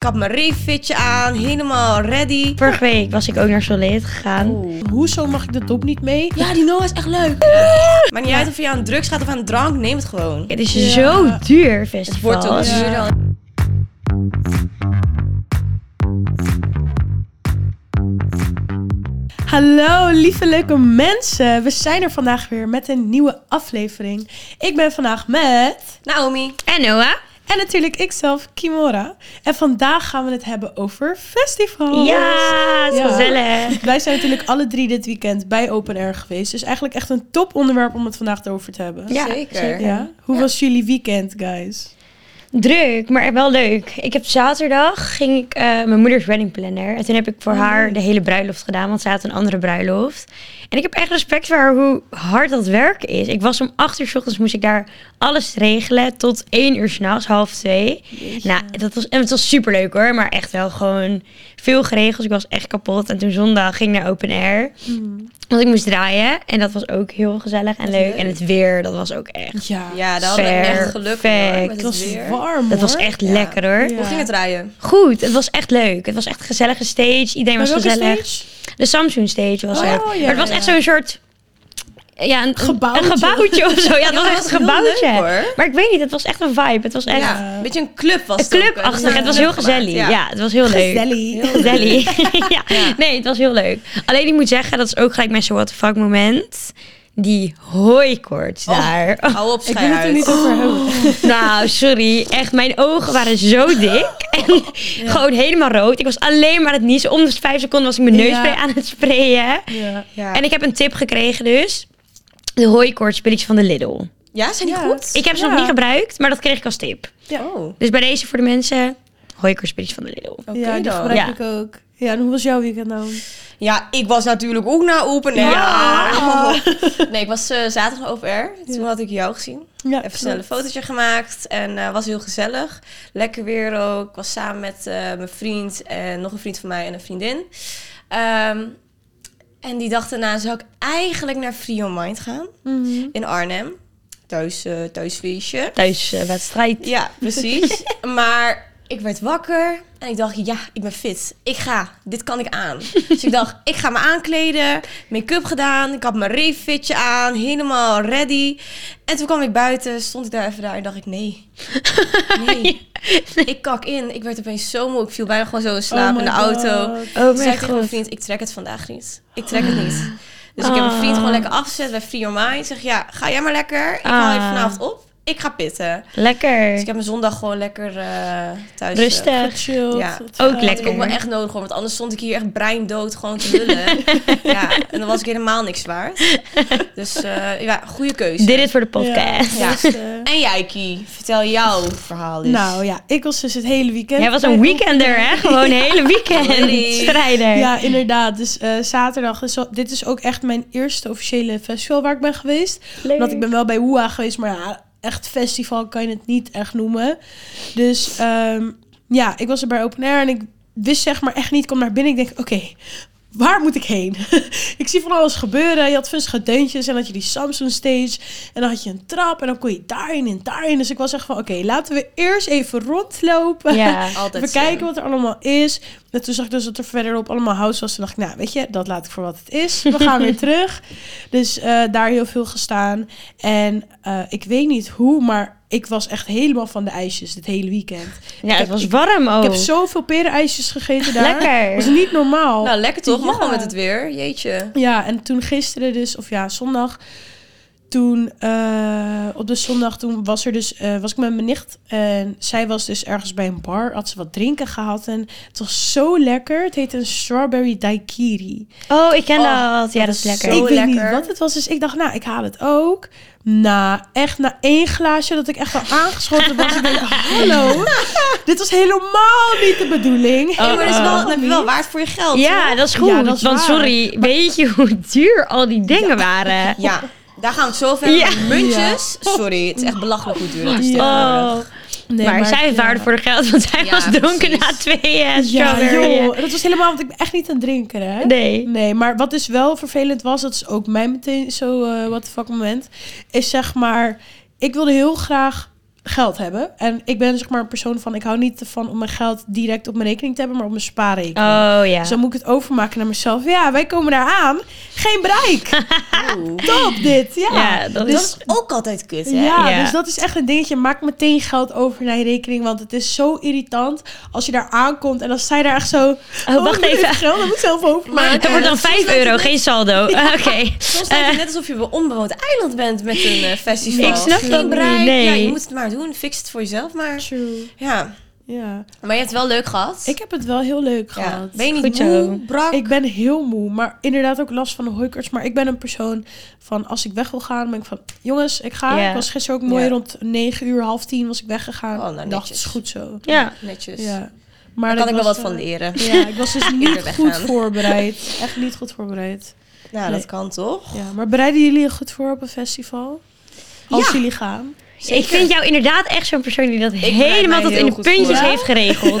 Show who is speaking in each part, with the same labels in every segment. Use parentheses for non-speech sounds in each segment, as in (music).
Speaker 1: Ik had mijn reefitje aan, helemaal ready.
Speaker 2: Vorige week was ik ook naar Solid gegaan.
Speaker 3: Hoezo mag ik de top niet mee?
Speaker 1: Ja, die Noah is echt leuk. Maar niet uit of je aan drugs gaat of aan drank, neem het gewoon.
Speaker 2: Het is zo duur,
Speaker 1: Het wordt ook
Speaker 2: festivals.
Speaker 1: duurder.
Speaker 3: Hallo lieve leuke mensen. We zijn er vandaag weer met een nieuwe aflevering. Ik ben vandaag met...
Speaker 1: Naomi,
Speaker 2: En Noah?
Speaker 3: En natuurlijk ikzelf, Kimora. En vandaag gaan we het hebben over festivals.
Speaker 2: Ja, het is
Speaker 3: Ja.
Speaker 2: gezellig.
Speaker 3: Wij zijn natuurlijk alle drie dit weekend bij Open Air geweest. Dus eigenlijk echt een top onderwerp om het vandaag over te hebben.
Speaker 2: Ja,
Speaker 1: zeker.
Speaker 3: Ja? Hoe was jullie weekend, guys?
Speaker 2: Druk, maar wel leuk. Ik heb zaterdag ging ik eh, mijn moeders wedding planner. En toen heb ik voor
Speaker 3: Oh.
Speaker 2: haar de hele bruiloft gedaan, want ze had een andere bruiloft. En ik heb echt respect voor haar hoe hard dat werk is. Ik was om acht uur 's ochtends, moest ik daar alles regelen tot één uur s'nachts, half twee. Nou, dat was, en het was superleuk hoor, maar echt wel gewoon veel geregeld. Ik was echt kapot. En toen zondag ging ik naar open air,
Speaker 3: Mm.
Speaker 2: want ik moest draaien. En dat was ook heel gezellig en leuk. En het weer, dat was ook echt.
Speaker 3: Ja,
Speaker 1: Ja, daar hadden we echt geluk mee hoor, met
Speaker 3: het
Speaker 1: het
Speaker 3: was
Speaker 1: weer.
Speaker 3: warm
Speaker 2: Dat was
Speaker 3: hoor.
Speaker 2: echt
Speaker 1: Ja.
Speaker 2: lekker hoor.
Speaker 3: Ja.
Speaker 1: Hoe ging het rijden?
Speaker 2: Goed, het was echt leuk. Het was echt een gezellige stage. Iedereen
Speaker 3: Bij
Speaker 2: was
Speaker 3: welke
Speaker 2: gezellig.
Speaker 3: stage?
Speaker 2: De Samsung stage was
Speaker 3: Oh,
Speaker 2: het.
Speaker 3: ja,
Speaker 2: maar het was echt
Speaker 3: ja.
Speaker 2: zo'n soort... Ja, een
Speaker 3: Gebouwtje.
Speaker 2: Een gebouwtje of zo. Ja, het
Speaker 1: Ja,
Speaker 2: was
Speaker 1: dat
Speaker 2: echt een
Speaker 1: was heel
Speaker 2: gebouwtje.
Speaker 1: leuk, hoor.
Speaker 2: maar ik weet niet, het was echt een vibe. Het was echt
Speaker 1: Ja, een beetje een club was
Speaker 2: een
Speaker 1: het ook, hè?
Speaker 2: clubachtig.
Speaker 1: Ja.
Speaker 2: Het was heel
Speaker 1: Club gemaakt,
Speaker 2: gezellig. Ja. het was heel leuk.
Speaker 3: Gezellig.
Speaker 2: Gezellig. (laughs) ja. Nee, het was heel leuk. Alleen ik moet zeggen, dat is ook gelijk mijn zo what the fuck moment. Die hooikoorts daar.
Speaker 1: Hou op,
Speaker 3: Ik wil
Speaker 1: schei
Speaker 3: het er niet
Speaker 2: Oh.
Speaker 1: uit.
Speaker 3: over hebben.
Speaker 2: (laughs) Nou, sorry. Echt, mijn ogen waren zo dik.
Speaker 3: (laughs)
Speaker 2: En gewoon helemaal rood. Ik was alleen maar aan het niezen. Om de vijf seconden was ik mijn
Speaker 3: Ja.
Speaker 2: neusspray aan het sprayen.
Speaker 3: Ja.
Speaker 1: Ja.
Speaker 2: En ik heb een tip gekregen dus. De hooikoortspilletjes van de Lidl.
Speaker 1: ja, zijn die
Speaker 3: Ja.
Speaker 1: goed?
Speaker 2: Ik heb ze
Speaker 3: Ja.
Speaker 2: nog niet gebruikt, maar dat kreeg ik als tip.
Speaker 1: Oh.
Speaker 2: Dus bij deze voor de mensen, hooikoortspilletjes van de Lidl.
Speaker 1: Oké
Speaker 3: ja, die
Speaker 1: dan.
Speaker 3: gebruik
Speaker 2: Ja.
Speaker 3: ik ook. Ja, en hoe was jouw weekend nou?
Speaker 1: Ja, ik was natuurlijk ook naar open air.
Speaker 2: Ja.
Speaker 1: (laughs) Nee, ik was eh, zaterdag over air. Toen had ik jou gezien.
Speaker 3: Ja,
Speaker 1: Even snel een fotootje gemaakt en eh, was heel gezellig. Lekker weer ook. Ik was samen met eh, mijn vriend en nog een vriend van mij en een vriendin. Ehm, en die dag daarna zou ik eigenlijk naar Free On Mind gaan in Arnhem. Thuis, eh thuisfeestje.
Speaker 2: Thuis eh, wedstrijd.
Speaker 1: Ja, precies. (laughs) maar ik werd wakker en ik dacht, ja, ik ben fit. Ik ga, dit kan ik aan. dus ik dacht, ik ga me aankleden, make-up gedaan. Ik had mijn reefitje aan, helemaal ready. En toen kwam ik buiten, stond ik daar even daar en dacht ik,
Speaker 2: (laughs)
Speaker 1: nee. Nee, ik kak in. Ik werd opeens zo moe. Ik viel bijna gewoon zo in slaap in de auto.
Speaker 2: Oh
Speaker 1: Toen zei ik
Speaker 2: mijn
Speaker 1: tegen mijn
Speaker 2: Oh god.
Speaker 1: vriend, ik trek het vandaag niet. Ik trek het niet. Dus ik heb mijn
Speaker 2: Ah.
Speaker 1: vriend gewoon lekker afgezet bij Free Your Mind. Ik zeg, ja, ga jij maar lekker. Ik haal je
Speaker 2: Ah.
Speaker 1: vanavond op. Ik ga pitten. Dus
Speaker 2: Lekker.
Speaker 1: ik heb mijn zondag gewoon lekker eh, thuis. eh,
Speaker 2: Rustig.
Speaker 3: Chill.
Speaker 1: Ja.
Speaker 2: Ook
Speaker 1: Dat had ik ook wel
Speaker 2: lekker.
Speaker 1: echt nodig, hoor, want anders stond ik hier echt breindood gewoon te
Speaker 2: (laughs)
Speaker 1: lullen. ja, en dan was ik helemaal niks waard. Dus eh, ja, goede keuze.
Speaker 2: Dit is voor de podcast.
Speaker 1: Ja.
Speaker 3: dus, eh,
Speaker 1: En jij, Kie, vertel jouw verhaal eens.
Speaker 3: nou ja, ik was dus het hele weekend.
Speaker 2: Jij was een
Speaker 3: bij-
Speaker 2: weekender, hè? Gewoon een hele weekend.
Speaker 1: Sorry.
Speaker 2: Strijder.
Speaker 3: Ja, inderdaad. Dus eh, zaterdag. Dus wel- dit is ook echt mijn eerste officiële festival waar ik ben geweest.
Speaker 2: Leuk.
Speaker 3: Want ik ben wel bij Woeha geweest, maar ja, echt festival kan je het niet echt noemen. Dus ehm, ja, ik was er bij Open Air en ik wist zeg maar echt niet, ik kom naar binnen. Ik denk, oké, waar moet ik heen? (laughs) ik zie van alles gebeuren. Je had funstige deuntjes en dan had je die Samsung stage. En dan had je een trap en dan kon je daarin en daarin. Dus ik was echt van, oké, laten we eerst even rondlopen. (laughs)
Speaker 2: Ja.
Speaker 1: altijd
Speaker 3: Even kijken
Speaker 1: slim.
Speaker 3: wat er allemaal is. En toen zag ik dus dat er verderop allemaal house was. Toen dacht ik, nou weet je, dat laat ik voor wat het is. We gaan weer terug. Dus eh, daar heel veel gestaan. En eh, ik weet niet hoe, maar ik was echt helemaal van de ijsjes dit hele weekend.
Speaker 2: Ja, het was warm ook.
Speaker 3: Ik heb zoveel perenijsjes gegeten daar.
Speaker 2: Oh. Lekker.
Speaker 3: was niet normaal.
Speaker 1: Nou, lekker toch? Mag wel
Speaker 3: Ja.
Speaker 1: met het weer. Jeetje.
Speaker 3: Ja, en toen gisteren dus, of ja, zondag. Toen, eh, op de zondag, toen was, er dus, eh, was ik met mijn nicht. En zij was dus ergens bij een bar, had ze wat drinken gehad. En het was zo lekker. Het heette een strawberry daiquiri.
Speaker 2: Oh, ik ken
Speaker 1: Oh,
Speaker 2: dat. Ja, dat
Speaker 1: is
Speaker 2: is lekker.
Speaker 1: zo
Speaker 3: ik weet
Speaker 1: lekker.
Speaker 3: niet wat het was, dus ik dacht, nou, ik haal het ook. Nou, echt na één glaasje dat ik echt wel aangeschoten was.
Speaker 2: (laughs)
Speaker 3: ik denk, hallo, dit was helemaal niet de bedoeling.
Speaker 1: Hey, maar dat is wel,
Speaker 3: (laughs) Helemaal
Speaker 1: dan heb je
Speaker 3: niet.
Speaker 1: wel waard voor je geld.
Speaker 2: Oh, Ja,
Speaker 1: hoor.
Speaker 2: dat is goed.
Speaker 3: Ja, dat is
Speaker 2: want
Speaker 3: waar.
Speaker 2: sorry, weet je hoe duur al die dingen waren?
Speaker 1: ja. Daar gaan we het zo over hebben.
Speaker 2: Ja.
Speaker 1: Maar Muntjes. Sorry, het is echt belachelijk hoe duur dat is.
Speaker 3: Ja.
Speaker 2: Oh.
Speaker 3: Nee,
Speaker 2: maar, zij
Speaker 3: ja.
Speaker 2: heeft waarde voor de geld, want zij
Speaker 1: Ja,
Speaker 2: was dronken
Speaker 1: precies.
Speaker 2: na twee eh
Speaker 3: Ja,
Speaker 2: strawberry.
Speaker 3: joh. Dat was helemaal, want ik ben echt niet aan het drinken, hè?
Speaker 2: Nee.
Speaker 3: Nee, maar wat dus wel vervelend was, dat is ook eh, mij meteen zo, wat what the fuck moment, is zeg maar, ik wilde heel graag geld hebben. En ik ben zeg maar een persoon van, ik hou niet van om mijn geld direct op mijn rekening te hebben, maar op mijn spaarrekening.
Speaker 2: Oh ja.
Speaker 3: Dus dan moet ik het overmaken naar mezelf. Ja, wij komen daar aan. Geen
Speaker 2: (laughs)
Speaker 3: bereik.
Speaker 1: Oeh.
Speaker 3: Top dit. Ja.
Speaker 2: Ja, dat
Speaker 1: Dat
Speaker 2: is-
Speaker 3: dus,
Speaker 1: is ook altijd kut, hè?
Speaker 3: ja,
Speaker 2: Ja.
Speaker 3: dus dat is echt een dingetje. Maak meteen geld over naar je rekening. Want het is zo irritant als je daar aankomt. En als zij daar echt zo...
Speaker 2: Oh, wacht
Speaker 3: ik moet
Speaker 2: even.
Speaker 3: Geld, dat moet ik zelf
Speaker 1: (laughs)
Speaker 2: (laughs)
Speaker 1: Maar-
Speaker 3: overmaken.
Speaker 2: Het wordt dan
Speaker 1: soms
Speaker 2: 5
Speaker 1: lijkt het
Speaker 2: euro,
Speaker 1: net-
Speaker 2: geen
Speaker 1: (laughs)
Speaker 2: saldo. Oké.
Speaker 1: Soms lijkt het
Speaker 2: Eh,
Speaker 1: net alsof je op een onbewoond eiland bent met een eh, festival.
Speaker 2: Ik snap
Speaker 1: Geen
Speaker 2: dat niet,
Speaker 1: bereik.
Speaker 2: nee.
Speaker 1: Ja, je moet het maar doen. Fix het voor jezelf, maar...
Speaker 3: True.
Speaker 1: Ja,
Speaker 3: Ja.
Speaker 1: maar je hebt het wel leuk gehad.
Speaker 3: Ik heb het wel heel leuk
Speaker 1: Ja.
Speaker 3: gehad.
Speaker 1: Ben je niet
Speaker 2: Goed zo.
Speaker 1: moe, brak?
Speaker 3: Ik ben heel moe, maar inderdaad ook last van de hooikoorts. Maar ik ben een persoon van als ik weg wil gaan, ben ik van jongens, ik ga.
Speaker 2: Ja.
Speaker 3: Ik was gisteren ook mooi
Speaker 1: Ja.
Speaker 3: rond 9 uur, half 10 was ik weggegaan.
Speaker 1: Oh, nou,
Speaker 3: Ik dacht,
Speaker 1: netjes.
Speaker 3: het is goed zo.
Speaker 2: ja.
Speaker 1: Netjes.
Speaker 3: Ja. Maar
Speaker 1: Daar
Speaker 3: dat
Speaker 1: kan ik wel
Speaker 3: was,
Speaker 1: wat van
Speaker 3: eh,
Speaker 1: leren.
Speaker 3: Ja, ik
Speaker 1: (laughs)
Speaker 3: was dus niet
Speaker 1: weggaan.
Speaker 3: goed voorbereid. Echt niet goed voorbereid.
Speaker 1: Nou,
Speaker 3: Nee.
Speaker 1: dat kan toch?
Speaker 3: Ja, maar bereiden jullie je goed voor op een festival? Als
Speaker 1: Ja.
Speaker 3: jullie gaan.
Speaker 2: Ik vind jou inderdaad echt zo'n persoon die dat
Speaker 1: bereid
Speaker 2: helemaal
Speaker 1: mij
Speaker 2: tot
Speaker 1: heel
Speaker 2: in de
Speaker 1: goed
Speaker 2: puntjes
Speaker 1: voor.
Speaker 2: heeft geregeld.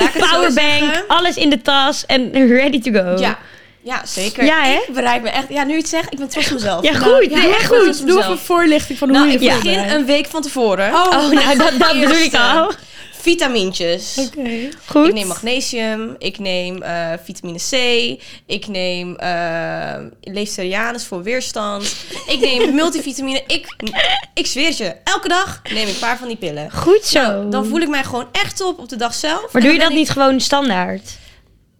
Speaker 1: (laughs) Laat ik het zo
Speaker 2: Powerbank,
Speaker 1: zeggen.
Speaker 2: alles in de tas en ready to go.
Speaker 1: Ja. Ja, zeker.
Speaker 2: Ja, hè?
Speaker 1: ik bereid me echt... Ja, nu je het zegt, ik ben trots op mezelf.
Speaker 2: Ja,
Speaker 1: Nou,
Speaker 2: goed.
Speaker 1: ik
Speaker 2: Nee, echt
Speaker 1: ben trots
Speaker 2: goed.
Speaker 1: op
Speaker 3: Doe even
Speaker 1: mezelf.
Speaker 3: een voorlichting van hoe
Speaker 1: Nou,
Speaker 3: je
Speaker 1: ik
Speaker 3: je
Speaker 2: Ja.
Speaker 1: begin
Speaker 3: voorbereidt.
Speaker 1: een week van tevoren.
Speaker 2: Oh, (laughs) (laughs) nou, dat, dat bedoel ik
Speaker 1: Eerste.
Speaker 2: al.
Speaker 1: Vitamintjes.
Speaker 3: Oké.
Speaker 2: Goed.
Speaker 1: Ik neem magnesium, ik neem eh, vitamine C, ik neem eh Leefsterianus voor weerstand, ik
Speaker 2: (laughs)
Speaker 1: neem multivitamine. Ik, ik zweer het je, elke dag neem ik een paar van die pillen.
Speaker 2: Goed zo.
Speaker 1: Dan voel ik mij gewoon echt op op de dag zelf.
Speaker 2: maar
Speaker 1: En
Speaker 2: doe je
Speaker 1: dan
Speaker 2: dat
Speaker 1: ben
Speaker 2: niet gewoon standaard?
Speaker 1: ik-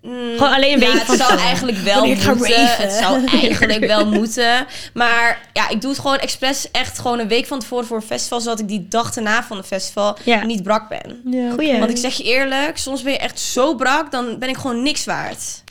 Speaker 1: Mm,
Speaker 2: Gewoon alleen een
Speaker 1: ja,
Speaker 2: week van
Speaker 1: het zou
Speaker 2: tevoren.
Speaker 1: eigenlijk wel
Speaker 3: Wanneer ik ga
Speaker 1: moeten.
Speaker 3: raven.
Speaker 1: Het zou
Speaker 2: (laughs)
Speaker 1: eigenlijk wel moeten. Maar ja, ik doe het gewoon expres echt gewoon een week van tevoren voor een festival, zodat ik die dag erna van het festival
Speaker 2: Ja.
Speaker 1: niet brak ben.
Speaker 3: Ja,
Speaker 2: Goeie.
Speaker 3: oké.
Speaker 1: Want ik zeg je eerlijk, soms ben je echt zo brak, dan ben ik gewoon niks waard.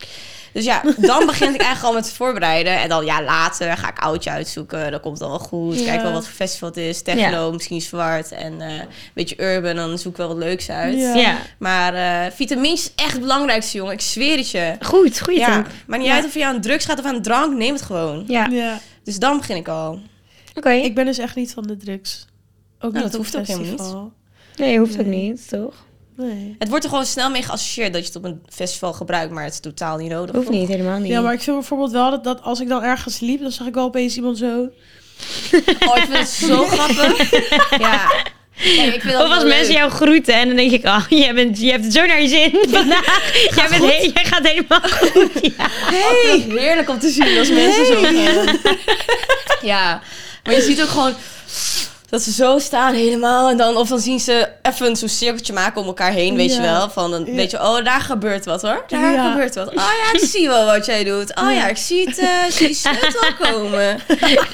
Speaker 1: Dus ja,
Speaker 2: (laughs)
Speaker 1: dan begin ik eigenlijk al met het voorbereiden. En dan ja, later ga ik oudje uitzoeken. Dat komt dan wel goed.
Speaker 3: Ja.
Speaker 1: Kijk wel wat voor festival het is. Techno, misschien zwart. En eh, een beetje urban, dan zoek ik wel wat leuks uit.
Speaker 3: Ja.
Speaker 2: Ja.
Speaker 1: Maar eh vitamines is echt het belangrijkste, jongen. Ik zweer het je.
Speaker 2: Goed, goede
Speaker 1: Ja,
Speaker 2: tip.
Speaker 1: maakt niet
Speaker 2: Ja.
Speaker 1: uit of je aan drugs gaat of aan drank. Neem het gewoon.
Speaker 2: Ja, oké.
Speaker 3: Ja.
Speaker 1: Dus dan begin ik al.
Speaker 3: Ik ben dus echt niet van de drugs. Ook niet
Speaker 1: dat
Speaker 3: op
Speaker 1: hoeft ook helemaal
Speaker 3: festival.
Speaker 2: Nee, hoeft ook niet, toch?
Speaker 3: Nee.
Speaker 1: Het wordt er gewoon snel mee geassocieerd dat je het op een festival gebruikt. Maar het is totaal niet nodig.
Speaker 2: Hoeft niet, helemaal niet.
Speaker 3: Ja, maar ik vind bijvoorbeeld wel dat, dat als ik dan ergens liep, dan zag ik wel opeens iemand zo.
Speaker 1: Oh, ik vind het zo grappig. Ja. Nee, ik vind dat
Speaker 2: Of als
Speaker 1: wel
Speaker 2: mensen
Speaker 1: leuk.
Speaker 2: jou groeten en dan denk ik, oh, jij bent, je hebt het zo naar je zin vandaag. jij, bent he- jij gaat helemaal goed. Ja.
Speaker 1: Oh, Ik vind het heerlijk om te zien als mensen zo gaan. (laughs) Ja. Maar je ziet ook gewoon dat ze zo staan helemaal. En dan, of dan zien ze even zo'n cirkeltje maken om elkaar heen, weet
Speaker 3: Ja.
Speaker 1: je wel. Van dan
Speaker 3: Ja.
Speaker 1: weet je, oh, daar gebeurt wat hoor. Daar
Speaker 3: Ja.
Speaker 1: gebeurt wat. Oh ja, ik zie wel wat jij doet. Oh ja, ik zie het, eh, ik zie het wel komen.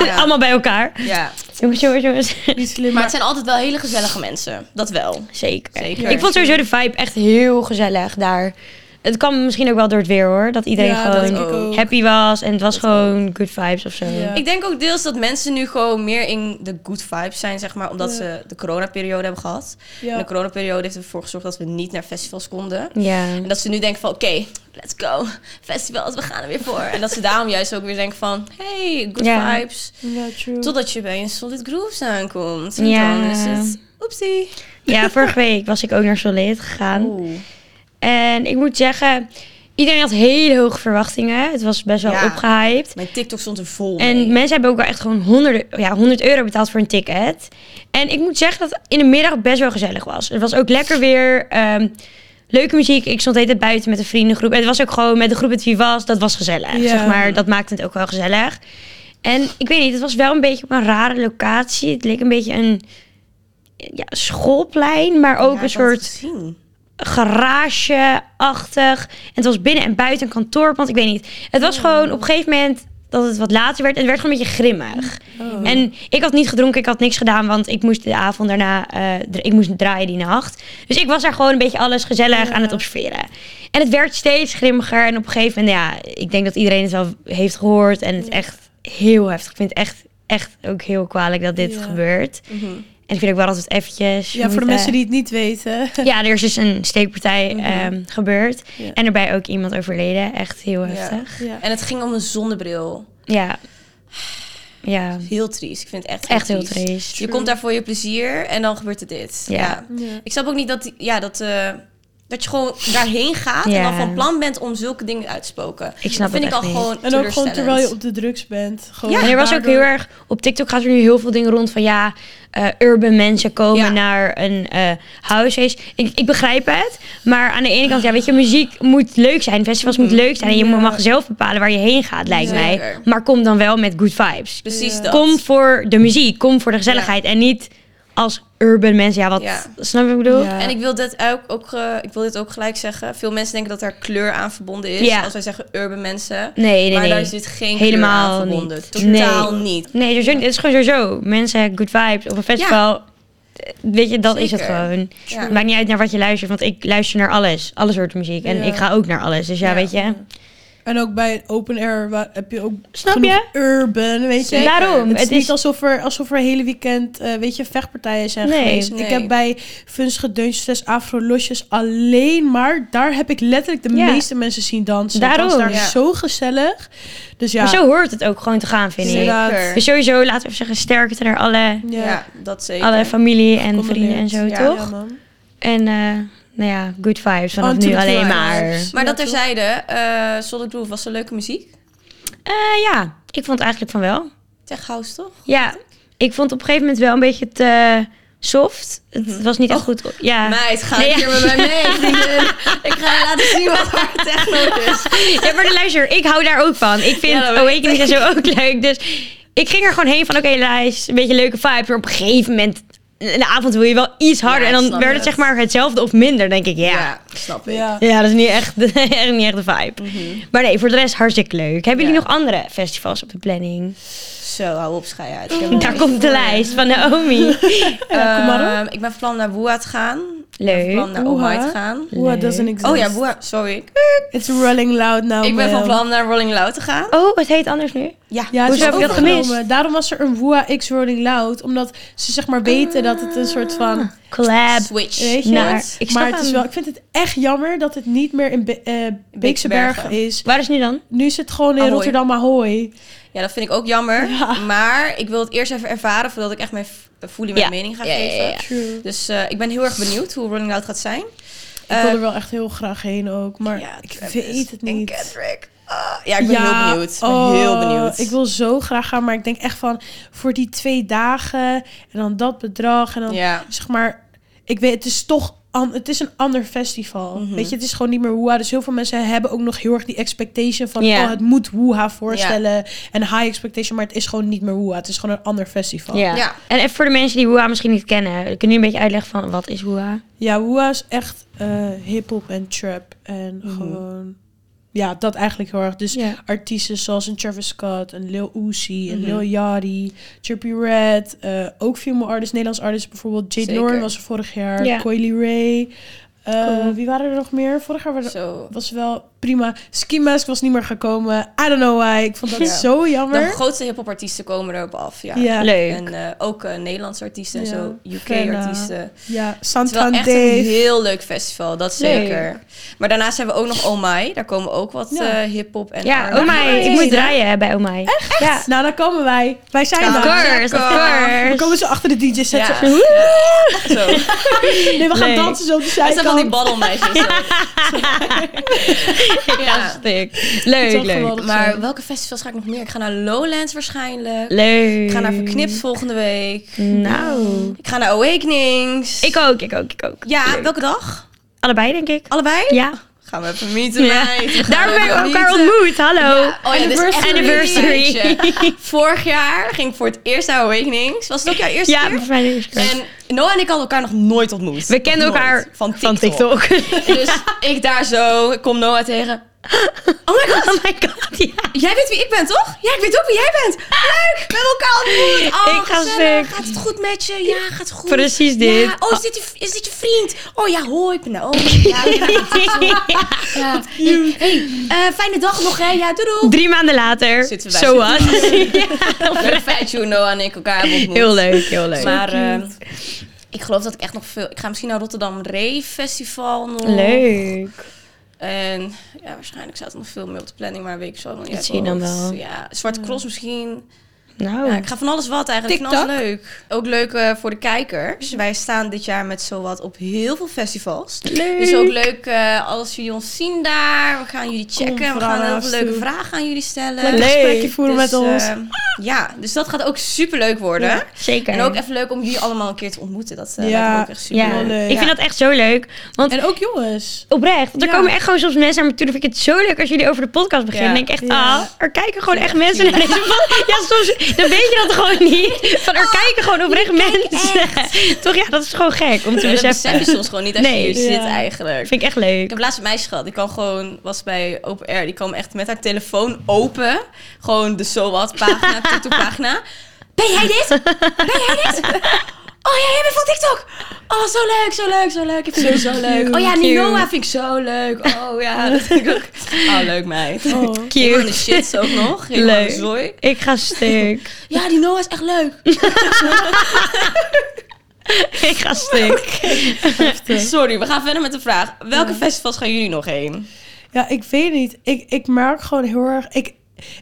Speaker 1: Ja.
Speaker 2: Allemaal bij elkaar.
Speaker 1: ja.
Speaker 2: Jongens, jongens, jongens. (laughs)
Speaker 3: Niet slim,
Speaker 1: Maar
Speaker 3: maar
Speaker 1: het zijn altijd wel hele gezellige mensen. Dat wel.
Speaker 2: Zeker.
Speaker 1: Zeker.
Speaker 2: Ik vond sowieso de vibe echt heel gezellig daar. Het kwam misschien ook wel door het weer hoor. Dat iedereen
Speaker 3: Ja, dat
Speaker 2: gewoon
Speaker 1: ook.
Speaker 3: ook.
Speaker 2: happy was. En het was gewoon good vibes of zo.
Speaker 3: Ja.
Speaker 1: Ik denk ook deels dat mensen nu gewoon meer in de good vibes zijn, zeg maar, omdat
Speaker 3: Ja.
Speaker 1: ze de coronaperiode hebben gehad. En de
Speaker 3: ja.
Speaker 1: coronaperiode heeft ervoor gezorgd dat we niet naar festivals konden.
Speaker 2: Ja.
Speaker 1: En dat ze nu denken van, oké, let's go, festivals, we gaan er weer voor. En dat ze daarom juist ook weer denken van, hey, good
Speaker 2: Ja.
Speaker 1: vibes.
Speaker 3: ja, true.
Speaker 1: Totdat je bij een Solid Grooves aankomt. En
Speaker 2: Ja.
Speaker 1: dan is het, oepsie.
Speaker 2: Ja, vorige week was ik ook naar Solid gegaan. En ik moet zeggen, iedereen had hele hoge verwachtingen. Het was best wel
Speaker 1: Ja.
Speaker 2: opgehyped.
Speaker 1: Mijn TikTok stond er vol mee.
Speaker 2: En mensen hebben ook wel echt gewoon 100, ja, 100 euro betaald voor een ticket. En ik moet zeggen dat het in de middag best wel gezellig was. Het was ook lekker weer. ehm, leuke muziek. Ik stond de hele tijd buiten met een vriendengroep. En het was ook gewoon met de groep het wie was. Dat was gezellig.
Speaker 3: Ja.
Speaker 2: Zeg maar, dat maakte het ook wel gezellig. En ik weet niet, het was wel een beetje op een rare locatie. Het leek een beetje een ja, schoolplein, maar ook
Speaker 1: Ja,
Speaker 2: een
Speaker 1: ik had het
Speaker 2: soort
Speaker 1: gezien.
Speaker 2: garage-achtig. En het was binnen en buiten een kantoorpand. Ik weet niet. Het
Speaker 3: Oh.
Speaker 2: was gewoon op een gegeven moment dat het wat later werd. En het werd gewoon een beetje grimmig.
Speaker 3: Oh.
Speaker 2: En ik had niet gedronken, ik had niks gedaan, want ik moest de avond daarna, eh, dra- ik moest draaien die nacht. Dus ik was daar gewoon een beetje alles gezellig
Speaker 3: Ja.
Speaker 2: aan het observeren. En het werd steeds grimmiger en op een gegeven moment, ja, ik denk dat iedereen het wel heeft gehoord en het echt heel heftig. Ik vind het echt, echt ook heel kwalijk dat dit
Speaker 3: Ja. Mhm.
Speaker 2: gebeurt. En ik vind ook wel dat het eventjes...
Speaker 3: ja, voor de mensen die het niet weten.
Speaker 1: (laughs)
Speaker 2: Ja, er is dus een steekpartij
Speaker 1: Mhm.
Speaker 2: ehm, gebeurd.
Speaker 3: Ja.
Speaker 2: En daarbij ook iemand overleden. Echt heel
Speaker 1: Ja.
Speaker 2: heftig.
Speaker 3: Ja.
Speaker 1: En het ging om een zonnebril.
Speaker 2: Ja. Ja,
Speaker 1: Heel triest. Ik vind het echt,
Speaker 2: echt heel triest.
Speaker 1: Je komt daar voor je plezier en dan gebeurt er dit.
Speaker 2: Ja.
Speaker 1: Ik snap ook niet dat, die- ja, dat, eh, Dat je gewoon daarheen gaat en
Speaker 2: Ja.
Speaker 1: dan van plan bent om zulke dingen uit te spoken.
Speaker 2: Ik snap
Speaker 1: dat vind ik
Speaker 2: het
Speaker 1: al
Speaker 2: echt niet.
Speaker 1: gewoon
Speaker 3: En ook gewoon
Speaker 1: teleurstellend.
Speaker 3: terwijl je op de drugs bent. Gewoon
Speaker 2: en er was ook heel
Speaker 3: daardoor-
Speaker 2: erg... Op TikTok gaat er nu heel veel dingen rond van... Ja, eh, urban mensen komen
Speaker 1: Ja.
Speaker 2: naar een eh huisfeest. Ik, ik begrijp het. Maar aan de ene kant, ja, weet je, muziek moet leuk zijn. Festivals moet leuk zijn. En je
Speaker 3: Ja.
Speaker 2: mag zelf bepalen waar je heen gaat, lijkt mij.
Speaker 1: Mhm. Zeker.
Speaker 2: Maar kom dan wel met good vibes. Dus
Speaker 1: Precies
Speaker 3: Ja.
Speaker 1: dat.
Speaker 2: Kom voor de muziek. Kom voor de gezelligheid. En niet als urban mensen. Ja, wat...
Speaker 1: Ja.
Speaker 2: Snap je wat ik bedoel?
Speaker 3: Ja.
Speaker 1: En ik wil, dit ook, ook, eh, ik wil dit ook gelijk zeggen. Veel mensen denken dat daar kleur aan verbonden is.
Speaker 2: Ja.
Speaker 1: Als wij zeggen urban mensen.
Speaker 2: Nee, nee,
Speaker 1: maar
Speaker 2: nee.
Speaker 1: daar is dit geen
Speaker 2: Helemaal
Speaker 1: kleur aan verbonden.
Speaker 2: niet.
Speaker 1: Totaal
Speaker 2: Nee.
Speaker 1: niet.
Speaker 2: Nee, sowieso niet. het is gewoon sowieso. Mensen, good vibes op een festival. eh, Weet je, dat is het
Speaker 1: Zeker.
Speaker 2: gewoon.
Speaker 1: Ja.
Speaker 2: Het maakt niet uit naar wat je luistert, want ik luister naar alles. Alle soorten muziek. En
Speaker 3: Ja.
Speaker 2: ik ga ook naar alles. Dus ja,
Speaker 1: Ja.
Speaker 2: weet je.
Speaker 3: En ook bij een open air waar, heb je ook
Speaker 2: Snap
Speaker 3: genoeg
Speaker 2: je?
Speaker 3: urban, weet je.
Speaker 1: Zeker.
Speaker 2: Daarom.
Speaker 3: Het is niet
Speaker 2: als...
Speaker 3: alsof er, alsof er hele weekend, eh, weet je, vechtpartijen zijn
Speaker 2: Nee.
Speaker 3: geweest.
Speaker 1: Nee.
Speaker 3: Ik heb bij Funsige Deuntjes, Afro Losjes alleen maar... Daar heb ik letterlijk de
Speaker 2: Ja.
Speaker 3: meeste mensen zien dansen.
Speaker 2: Daarom.
Speaker 3: Het was daar
Speaker 1: Ja.
Speaker 3: zo gezellig. Dus ja.
Speaker 2: Maar zo hoort het ook gewoon te gaan, vind ik.
Speaker 3: Inderdaad.
Speaker 1: Zeker.
Speaker 2: Dus sowieso, laten we even zeggen, sterkte naar alle,
Speaker 1: Ja.
Speaker 3: Ja,
Speaker 1: dat zeker.
Speaker 2: alle familie en vrienden en zo,
Speaker 3: Gecondoleerd.
Speaker 1: Ja.
Speaker 2: toch?
Speaker 3: Ja, man.
Speaker 2: En eh, nou ja, good vibes vanaf
Speaker 3: On to
Speaker 2: nu
Speaker 3: the
Speaker 2: alleen
Speaker 3: vibes.
Speaker 2: maar.
Speaker 1: maar
Speaker 3: Ja,
Speaker 1: dat
Speaker 3: toch?
Speaker 1: terzijde, eh Solid Groove was er leuke muziek.
Speaker 2: Eh, ja, ik vond eigenlijk van wel.
Speaker 1: Tech House, toch?
Speaker 2: Ja, ik vond op een gegeven moment wel een beetje te eh, soft. Het
Speaker 1: Mhm.
Speaker 2: was niet echt goed. Ja.
Speaker 1: Meid, ga
Speaker 2: Nee,
Speaker 1: een
Speaker 2: ja.
Speaker 1: keer met mij
Speaker 2: (laughs)
Speaker 1: mee. vriendin. ik ga je laten zien wat hard techno is.
Speaker 2: (laughs) ja, maar luister, ik hou daar ook van. Ik vind
Speaker 1: Ja, dat weet
Speaker 2: Awakening en zo ook (laughs) leuk. Dus ik ging er gewoon heen van, oké Lijs, een beetje leuke vibe. Maar op een gegeven moment, in de avond wil je wel iets
Speaker 1: Ja,
Speaker 2: harder. en
Speaker 1: ik
Speaker 2: dan
Speaker 1: snap
Speaker 2: werd het
Speaker 1: het.
Speaker 2: zeg maar hetzelfde of minder, denk ik. Ja, ja.
Speaker 1: Ja, snap ik.
Speaker 3: Ja.
Speaker 2: dat is niet echt, (laughs) echt niet echt de vibe. Maar nee, voor de rest hartstikke leuk. Hebben jullie
Speaker 1: Ja.
Speaker 2: nog andere festivals op de planning?
Speaker 1: Zo, hou op, schei uit. Ik heb
Speaker 2: Daar
Speaker 1: wel-
Speaker 2: komt de lijst van Naomi.
Speaker 3: kom maar
Speaker 1: Ehm, ik ben van plan naar Woeha te gaan. Ik ben
Speaker 2: Leuk.
Speaker 1: van plan naar
Speaker 3: Woeha?
Speaker 1: Omaha te gaan.
Speaker 3: Oeh,
Speaker 2: Leuk.
Speaker 3: dat doesn't exist.
Speaker 1: Oh ja, Woeha, sorry.
Speaker 3: It's rolling loud now,
Speaker 1: Ik ben
Speaker 3: man.
Speaker 1: van plan naar Rolling Loud te gaan.
Speaker 2: Oh, het heet anders nu.
Speaker 1: Ja,
Speaker 3: Ja,
Speaker 2: Hoezo
Speaker 3: Hoezo
Speaker 2: dus heb
Speaker 3: heb
Speaker 2: ik dat gemist?
Speaker 3: Daarom was er een Woeha X Rolling Loud. Omdat ze zeg maar weten
Speaker 2: Ah.
Speaker 3: dat het een soort van...
Speaker 2: Collab.
Speaker 1: Switch.
Speaker 3: Weet je?
Speaker 2: Naar,
Speaker 1: Wordt.
Speaker 2: ik snap
Speaker 3: maar het is
Speaker 2: hem.
Speaker 3: wel, ik vind het echt jammer dat het niet meer in Be eh, Beekseberg
Speaker 1: Beeksebergen.
Speaker 3: is.
Speaker 2: Waar is het nu dan?
Speaker 3: Nu is het gewoon in
Speaker 1: Ahoy.
Speaker 3: Rotterdam Ahoy.
Speaker 1: Ja, dat vind ik ook jammer.
Speaker 3: Ja.
Speaker 1: Maar ik wil het eerst even ervaren voordat ik echt mijn v- voeling
Speaker 2: Ja.
Speaker 1: mijn mening ga
Speaker 2: Ja, ja, ja,
Speaker 1: geven.
Speaker 2: ja.
Speaker 3: True.
Speaker 1: Dus eh, ik ben heel erg benieuwd hoe Rolling Loud gaat zijn.
Speaker 3: Ik wil er wel echt heel graag heen ook, maar ik weet het niet.
Speaker 1: Eh, En Kendrick. Ah, ja, ik ben heel benieuwd. Ik ben
Speaker 3: oh,
Speaker 1: heel benieuwd.
Speaker 3: Ik wil zo graag gaan, maar ik denk echt van voor die twee dagen en dan dat bedrag en dan
Speaker 1: Ja.
Speaker 3: zeg maar, ik weet, het is toch, an- het is een ander festival.
Speaker 2: Mhm.
Speaker 3: Weet je, het is gewoon niet meer Woeha. Dus heel veel mensen hebben ook nog heel erg die expectation van,
Speaker 2: Ja.
Speaker 3: oh, het moet Woeha voorstellen en high expectation, maar het is gewoon niet meer Woeha. Het is gewoon een ander festival.
Speaker 2: Ja.
Speaker 1: Ja.
Speaker 2: En even voor de mensen die Hoeha misschien niet kennen. Kun je nu een beetje uitleggen van wat is Hoeha?
Speaker 3: Ja, Woeha is echt eh hip-hop en trap. En
Speaker 2: Mhm.
Speaker 3: gewoon. Ja, dat eigenlijk heel erg. Dus
Speaker 2: Ja.
Speaker 3: artiesten zoals een Travis Scott, een Lil Uzi,
Speaker 1: Mhm.
Speaker 3: een Lil Yachty, Trippie Red. eh, ook female artists, Nederlands artists. Bijvoorbeeld Jade
Speaker 1: Zeker.
Speaker 3: Lauren was er vorig jaar.
Speaker 2: Ja.
Speaker 3: Coily Ray. Eh,
Speaker 2: Cool.
Speaker 3: Wie waren er nog meer? Vorig jaar waren er-
Speaker 1: Zo.
Speaker 3: was wel prima. Ski Mask was niet meer gekomen. I don't know why. Ik vond dat
Speaker 1: Ja.
Speaker 3: zo
Speaker 1: De
Speaker 3: jammer.
Speaker 1: grootste hip-hop artiesten komen erop af. Ja.
Speaker 3: Ja.
Speaker 2: Leuk.
Speaker 1: En eh, ook eh, Nederlandse artiesten en
Speaker 3: Ja.
Speaker 1: zo,
Speaker 3: Frenna.
Speaker 1: UK-artiesten.
Speaker 3: Ja,
Speaker 1: Het is wel
Speaker 3: Santander.
Speaker 1: echt een heel leuk festival, dat
Speaker 2: Leuk.
Speaker 1: zeker. Maar daarnaast hebben we ook nog Omai. Daar komen ook wat
Speaker 3: Ja.
Speaker 1: eh, hip-hop en
Speaker 2: ja,
Speaker 1: R&B.
Speaker 2: Omai.
Speaker 3: Nice.
Speaker 2: Ik moet draaien hè, bij Omai. Echt? Ja.
Speaker 3: Nou, daar komen wij. Wij zijn
Speaker 1: Ja.
Speaker 2: Of
Speaker 3: daar.
Speaker 2: course, of
Speaker 3: We
Speaker 2: course. (laughs)
Speaker 3: komen zo achter de DJ-set.
Speaker 1: Ja.
Speaker 3: zo-
Speaker 1: Zo.
Speaker 3: Nee, we gaan
Speaker 2: Nee.
Speaker 3: dansen zo op de
Speaker 1: Hij zijn van die
Speaker 3: (laughs) zijkant.
Speaker 1: (laughs) baddelmeisjes. ja.
Speaker 2: Stik. Leuk,
Speaker 3: wel
Speaker 2: leuk.
Speaker 3: geweldig.
Speaker 1: Maar welke festivals ga ik nog meer? Ik ga naar Lowlands waarschijnlijk.
Speaker 2: Leuk.
Speaker 1: Ik ga naar Verknipt volgende week.
Speaker 2: Nou.
Speaker 1: Ik ga naar Awakenings.
Speaker 2: Ik ook, ik ook, ik ook.
Speaker 1: Ja,
Speaker 2: Leuk.
Speaker 1: welke dag?
Speaker 2: Allebei denk ik.
Speaker 1: Allebei?
Speaker 2: Ja.
Speaker 1: Gaan we even meeten,
Speaker 2: ja.
Speaker 1: meid. We gaan
Speaker 2: (laughs) Daar hebben we
Speaker 1: even
Speaker 2: elkaar
Speaker 1: meeten.
Speaker 2: ontmoet. Hallo.
Speaker 1: Oh eh, ja, dit is echt een
Speaker 2: Anniversary. (laughs)
Speaker 1: dingetje. Vorig jaar ging ik voor het eerst naar Awakenings. Was het ook jouw eerste
Speaker 2: Ja,
Speaker 1: keer?
Speaker 2: volgens mij is het.
Speaker 1: En Noah en ik hadden elkaar nog nooit ontmoet.
Speaker 2: We kennen
Speaker 1: Nog nooit.
Speaker 2: elkaar
Speaker 1: van TikTok.
Speaker 2: Van TikTok. (laughs)
Speaker 1: (laughs) Dus ik daar zo, ik kom Noah tegen. Oh my god,
Speaker 2: Oh my god, ja.
Speaker 1: jij weet wie ik ben, toch? Ja, ik weet ook wie jij bent. Leuk, we hebben elkaar ontmoet. Oh,
Speaker 2: Ik ga
Speaker 1: gezellig.
Speaker 2: stuk.
Speaker 1: Gaat het goed met je? Ja, gaat het goed.
Speaker 2: Precies dit.
Speaker 1: Ja. Oh, is dit, je, is dit je vriend? Oh ja, hoi, ik ben Naomi. Ja,
Speaker 2: (laughs)
Speaker 1: ja, ja. Hey, eh, fijne dag nog, hè? Ja, doei doei.
Speaker 2: Drie maanden later.
Speaker 1: Zitten we
Speaker 2: zo
Speaker 1: bij
Speaker 2: so what?
Speaker 1: Leuk feitje hoe Noah en ik elkaar hebben ontmoet.
Speaker 2: Heel leuk, heel leuk.
Speaker 1: Maar ehm, ik geloof dat ik echt nog veel... Ik ga misschien naar Rotterdam Rave Festival nog.
Speaker 2: Leuk.
Speaker 1: En ja, waarschijnlijk staat er nog veel meer op de planning, maar weet ik zo helemaal niet.
Speaker 2: Dat
Speaker 1: uit
Speaker 2: zie je
Speaker 1: mijn
Speaker 2: dan
Speaker 1: hoofd.
Speaker 2: wel.
Speaker 1: Ja, Zwarte Cross misschien.
Speaker 2: Nou,
Speaker 1: Ja, ik ga van alles wat eigenlijk. Ik vind alles
Speaker 3: TikTok.
Speaker 1: leuk. Ook leuk eh, voor de kijkers. Wij staan dit jaar met zowat op heel veel festivals.
Speaker 2: leuk.
Speaker 1: Dus ook leuk eh, als jullie ons zien daar. We gaan jullie checken.
Speaker 3: Kom
Speaker 1: we gaan heel
Speaker 3: vragen
Speaker 1: veel leuke
Speaker 3: toe.
Speaker 1: vragen aan jullie stellen.
Speaker 3: Lekker
Speaker 2: Leuk.
Speaker 3: gesprekje voeren
Speaker 1: Dus,
Speaker 3: met ons.
Speaker 1: eh, ja, dus dat gaat ook super leuk worden.
Speaker 3: Ja.
Speaker 2: Zeker.
Speaker 1: En ook even leuk om jullie allemaal een keer te ontmoeten. Dat eh
Speaker 3: Ja.
Speaker 1: lijkt me ook echt super
Speaker 2: ja.
Speaker 3: wel leuk.
Speaker 2: Ik vind dat echt zo leuk. Want
Speaker 3: En ook jongens.
Speaker 2: Oprecht. Want er
Speaker 3: Ja.
Speaker 2: komen echt gewoon soms mensen aan me toe. Dan vind ik het zo leuk als jullie over de podcast beginnen.
Speaker 1: Ja.
Speaker 2: Dan denk ik echt,
Speaker 3: Ja.
Speaker 2: ah, er kijken gewoon echt mensen naar deze podcast. Ja, soms, dan weet je dat gewoon niet. Van,
Speaker 3: Ah.
Speaker 2: er kijken gewoon oprecht mensen. Toch, ja, dat is gewoon gek om te
Speaker 1: Dat
Speaker 2: beseffen.
Speaker 1: besef je soms gewoon niet als
Speaker 2: Nee.
Speaker 1: je hier
Speaker 3: Ja.
Speaker 1: zit eigenlijk.
Speaker 2: vind ik echt
Speaker 1: Ik
Speaker 2: leuk.
Speaker 1: heb laatst een meisje gehad. Die kwam gewoon, was bij Open Air. Die kwam echt met haar telefoon open. Gewoon de zowat pagina, TikTok pagina. Ben jij dit? Ben jij dit? Oh ja, jij bent van TikTok. Oh, zo leuk, zo leuk, zo leuk. Ik vind het zo leuk.
Speaker 3: cute.
Speaker 1: Oh ja,
Speaker 2: Cute.
Speaker 1: Ninoa vind ik zo leuk. Oh ja, dat vind ik ook. Oh, leuk meid.
Speaker 3: Oh.
Speaker 1: Helemaal in de
Speaker 2: Cute.
Speaker 1: shit ook nog. Helemaal in de
Speaker 2: Leuk.
Speaker 1: zooi.
Speaker 2: Ik ga stuk.
Speaker 1: Ja, die Noah is echt leuk.
Speaker 2: Ik ga
Speaker 1: (laughs)
Speaker 2: stuk.
Speaker 1: Sorry, we gaan verder met de vraag. Welke festivals gaan jullie nog heen?
Speaker 3: Ja, ik weet niet. Ik, ik merk gewoon heel erg... Ik,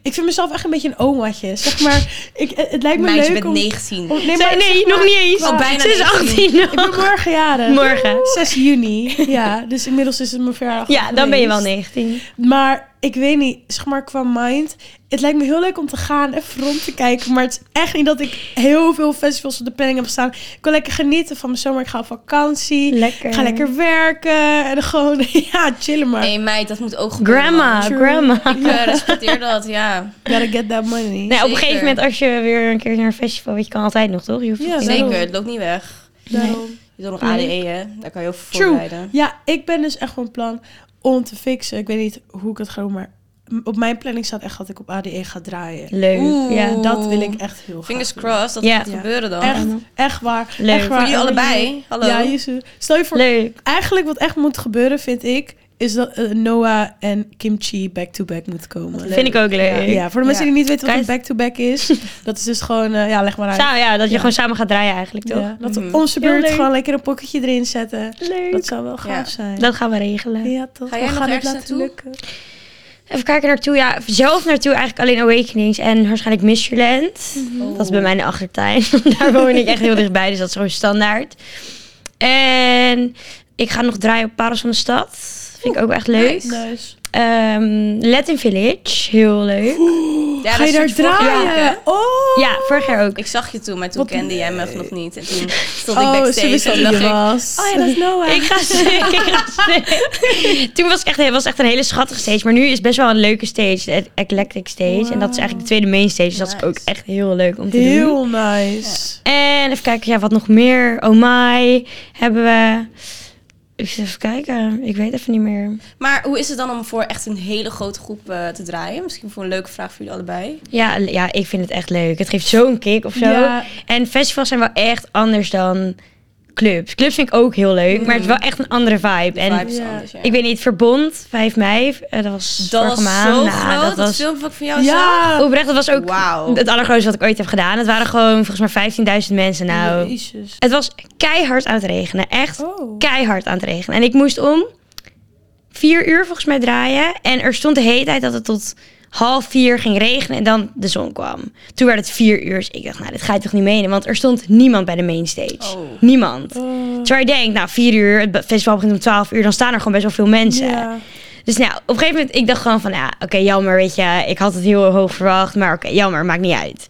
Speaker 3: ik vind mezelf echt een beetje een omaatje. Zeg maar, ik, het lijkt me
Speaker 1: Meisje, je
Speaker 3: leuk
Speaker 1: bent
Speaker 3: om... Oh,
Speaker 1: 19.
Speaker 3: om- nee,
Speaker 2: Zij-
Speaker 3: maar
Speaker 2: nee,
Speaker 3: zeg
Speaker 2: nog
Speaker 3: maar-
Speaker 2: niet eens.
Speaker 1: Al bijna
Speaker 2: Ze is
Speaker 1: 19.
Speaker 2: 18
Speaker 3: Ik ben
Speaker 2: nog.
Speaker 3: morgen jarig.
Speaker 2: Morgen.
Speaker 3: 6 juni. Ja, dus inmiddels is het mijn verjaardag.
Speaker 2: Ja, dan ben je wel
Speaker 3: geweest.
Speaker 2: 19.
Speaker 3: Maar ik weet niet, zeg maar qua mind. Het lijkt me heel leuk om te gaan, even rond te kijken. Maar het is echt niet dat ik heel veel festivals op de planning heb staan. Ik kan lekker genieten van mijn zomer. Ik ga op vakantie.
Speaker 2: Lekker.
Speaker 3: Ik ga lekker werken. En gewoon, (laughs) ja, chillen maar.
Speaker 1: Nee, meid, dat moet ook gebeuren.
Speaker 2: Grandma,
Speaker 3: True.
Speaker 2: grandma.
Speaker 1: Ik eh, respecteer dat, ja.
Speaker 3: Gotta get that money.
Speaker 2: Nou, op een
Speaker 1: Zeker.
Speaker 2: gegeven moment als je weer een keer naar een festival, weet je, kan altijd nog, toch? Je hoeft
Speaker 3: Ja,
Speaker 2: het niet-
Speaker 1: Zeker,
Speaker 3: daarom.
Speaker 1: het loopt niet weg.
Speaker 3: Daarom.
Speaker 1: Je doet nog
Speaker 2: Nee.
Speaker 1: ADE, hè? Daar kan je ook voor
Speaker 3: True.
Speaker 1: voorbereiden.
Speaker 3: Ja, ik ben dus echt van plan om te fixen. Ik weet niet hoe ik het ga doen, maar op mijn planning staat echt dat ik op ADE ga draaien.
Speaker 2: Leuk.
Speaker 1: Oeh.
Speaker 2: Ja.
Speaker 3: Dat wil ik echt heel graag.
Speaker 1: Fingers
Speaker 3: doen.
Speaker 1: crossed dat
Speaker 2: Ja.
Speaker 1: het gaat
Speaker 3: Ja.
Speaker 1: gebeuren dan.
Speaker 3: Echt, echt waar.
Speaker 2: Leuk.
Speaker 3: Echt waar.
Speaker 1: Voor jullie
Speaker 3: En
Speaker 1: allebei. Hallo.
Speaker 3: Ja, Jezus. Stel je voor,
Speaker 2: Leuk.
Speaker 3: eigenlijk wat echt moet gebeuren, vind ik, is dat eh, Noah en Kimchi back-to-back moeten komen.
Speaker 1: Leuk.
Speaker 2: Vind ik ook leuk.
Speaker 3: Ja, voor de mensen
Speaker 1: Ja.
Speaker 3: die niet weten wat
Speaker 2: Kan
Speaker 3: een back-to-back is, (laughs) dat is dus gewoon, eh, ja, leg maar uit.
Speaker 2: Samen, ja, dat je gewoon samen gaat draaien eigenlijk, toch?
Speaker 3: Ja, dat we
Speaker 1: Mhm.
Speaker 3: op onze
Speaker 2: Heel
Speaker 3: beurt
Speaker 2: leuk.
Speaker 3: gewoon lekker een pocketje erin zetten.
Speaker 2: Leuk.
Speaker 3: Dat
Speaker 2: Dat,
Speaker 3: zou wel gaaf zijn.
Speaker 2: gaan we regelen.
Speaker 3: ja, toch.
Speaker 1: Ga jij
Speaker 3: we
Speaker 1: nog
Speaker 3: gaan het
Speaker 1: ergens naartoe?
Speaker 3: laten lukken.
Speaker 2: Even kijken naartoe. Ja, zelf naartoe eigenlijk alleen Awakenings en waarschijnlijk Mysteryland.
Speaker 1: Oh.
Speaker 2: Dat is bij mij in de achtertuin. (laughs) Daar woon ik echt heel dichtbij, dus dat is gewoon standaard. En ik ga nog draaien op Parels van de Stad. Vind ik ook echt leuk.
Speaker 1: nice.
Speaker 3: Nice.
Speaker 2: Ehm, Latin Village, heel leuk.
Speaker 1: Ja,
Speaker 3: Ga je daar
Speaker 1: dat stond vorig jaar ook,
Speaker 3: draaien?
Speaker 1: hè?
Speaker 3: Oh!
Speaker 2: Ja, vorig jaar ook.
Speaker 1: Ik zag je toen, maar toen
Speaker 3: Wat
Speaker 1: kende jij me
Speaker 3: leuk.
Speaker 1: nog niet. En toen stond ik
Speaker 3: Oh, ze
Speaker 1: backstage
Speaker 3: wist dat
Speaker 1: en
Speaker 3: je
Speaker 1: dacht
Speaker 3: er
Speaker 1: ik...
Speaker 3: was.
Speaker 1: Oh ja, dat is
Speaker 2: (laughs)
Speaker 1: Noah.
Speaker 2: Ik ga stuk, ik ga stuk. Toen was ik echt, het was echt een hele schattige stage. Maar nu is best wel een leuke stage, de Eclectic Stage. En dat is eigenlijk de tweede main stage. Dus dat is
Speaker 1: Nice.
Speaker 2: ook echt heel leuk om te doen.
Speaker 3: Heel nice.
Speaker 2: En even kijken, ja, wat nog meer? Oh my, hebben we... Ik zit even kijken, ik weet even niet meer.
Speaker 1: Maar hoe is het dan om voor echt een hele grote groep eh, te draaien? Misschien voor een leuke vraag voor jullie allebei.
Speaker 2: Ja, l- ja, ik vind het echt leuk. Het geeft zo'n kick of zo.
Speaker 3: Ja.
Speaker 2: En festivals zijn wel echt anders dan clubs. Clubs vind ik ook heel leuk, maar het is wel echt een andere vibe.
Speaker 1: De
Speaker 2: en
Speaker 1: vibe is
Speaker 3: Ja.
Speaker 1: anders, ja.
Speaker 2: ik weet niet, Verbond, 5 mei, eh, dat was
Speaker 1: dat was
Speaker 2: vorige
Speaker 1: zo
Speaker 2: maand. Nou,
Speaker 1: groot, dat,
Speaker 2: dat was
Speaker 1: filmpje wat ik van jou zag.
Speaker 3: Ja!
Speaker 2: Oprecht, dat was ook
Speaker 1: Wauw.
Speaker 2: het allergrootste wat ik ooit heb gedaan. Het waren gewoon volgens mij 15.000 mensen. Nou,
Speaker 3: Jezus.
Speaker 2: het was keihard aan het regenen. Echt
Speaker 3: Oh.
Speaker 2: keihard aan het regenen. En ik moest om vier uur volgens mij draaien. En er stond de hele tijd dat het tot half vier ging regenen en dan de zon kwam. Toen werd het vier uur. Dus ik dacht, nou, dit ga je toch niet menen? Want er stond niemand bij de mainstage.
Speaker 1: Oh.
Speaker 2: Niemand.
Speaker 3: Oh.
Speaker 2: Terwijl je denkt, nou, vier uur, het be- festival begint om 12 uur, dan staan er gewoon best wel veel mensen.
Speaker 3: Ja.
Speaker 2: Dus nou, op een gegeven moment, ik dacht gewoon van, ja, oké, jammer, weet je, ik had het heel hoog verwacht, maar oké, jammer, maakt niet uit.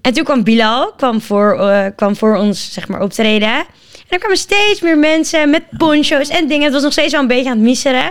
Speaker 2: En toen kwam Bilal, kwam voor, eh, kwam voor ons, zeg maar, optreden. En er kwamen steeds meer mensen met poncho's en dingen. Het was nog steeds wel een beetje aan het misseren.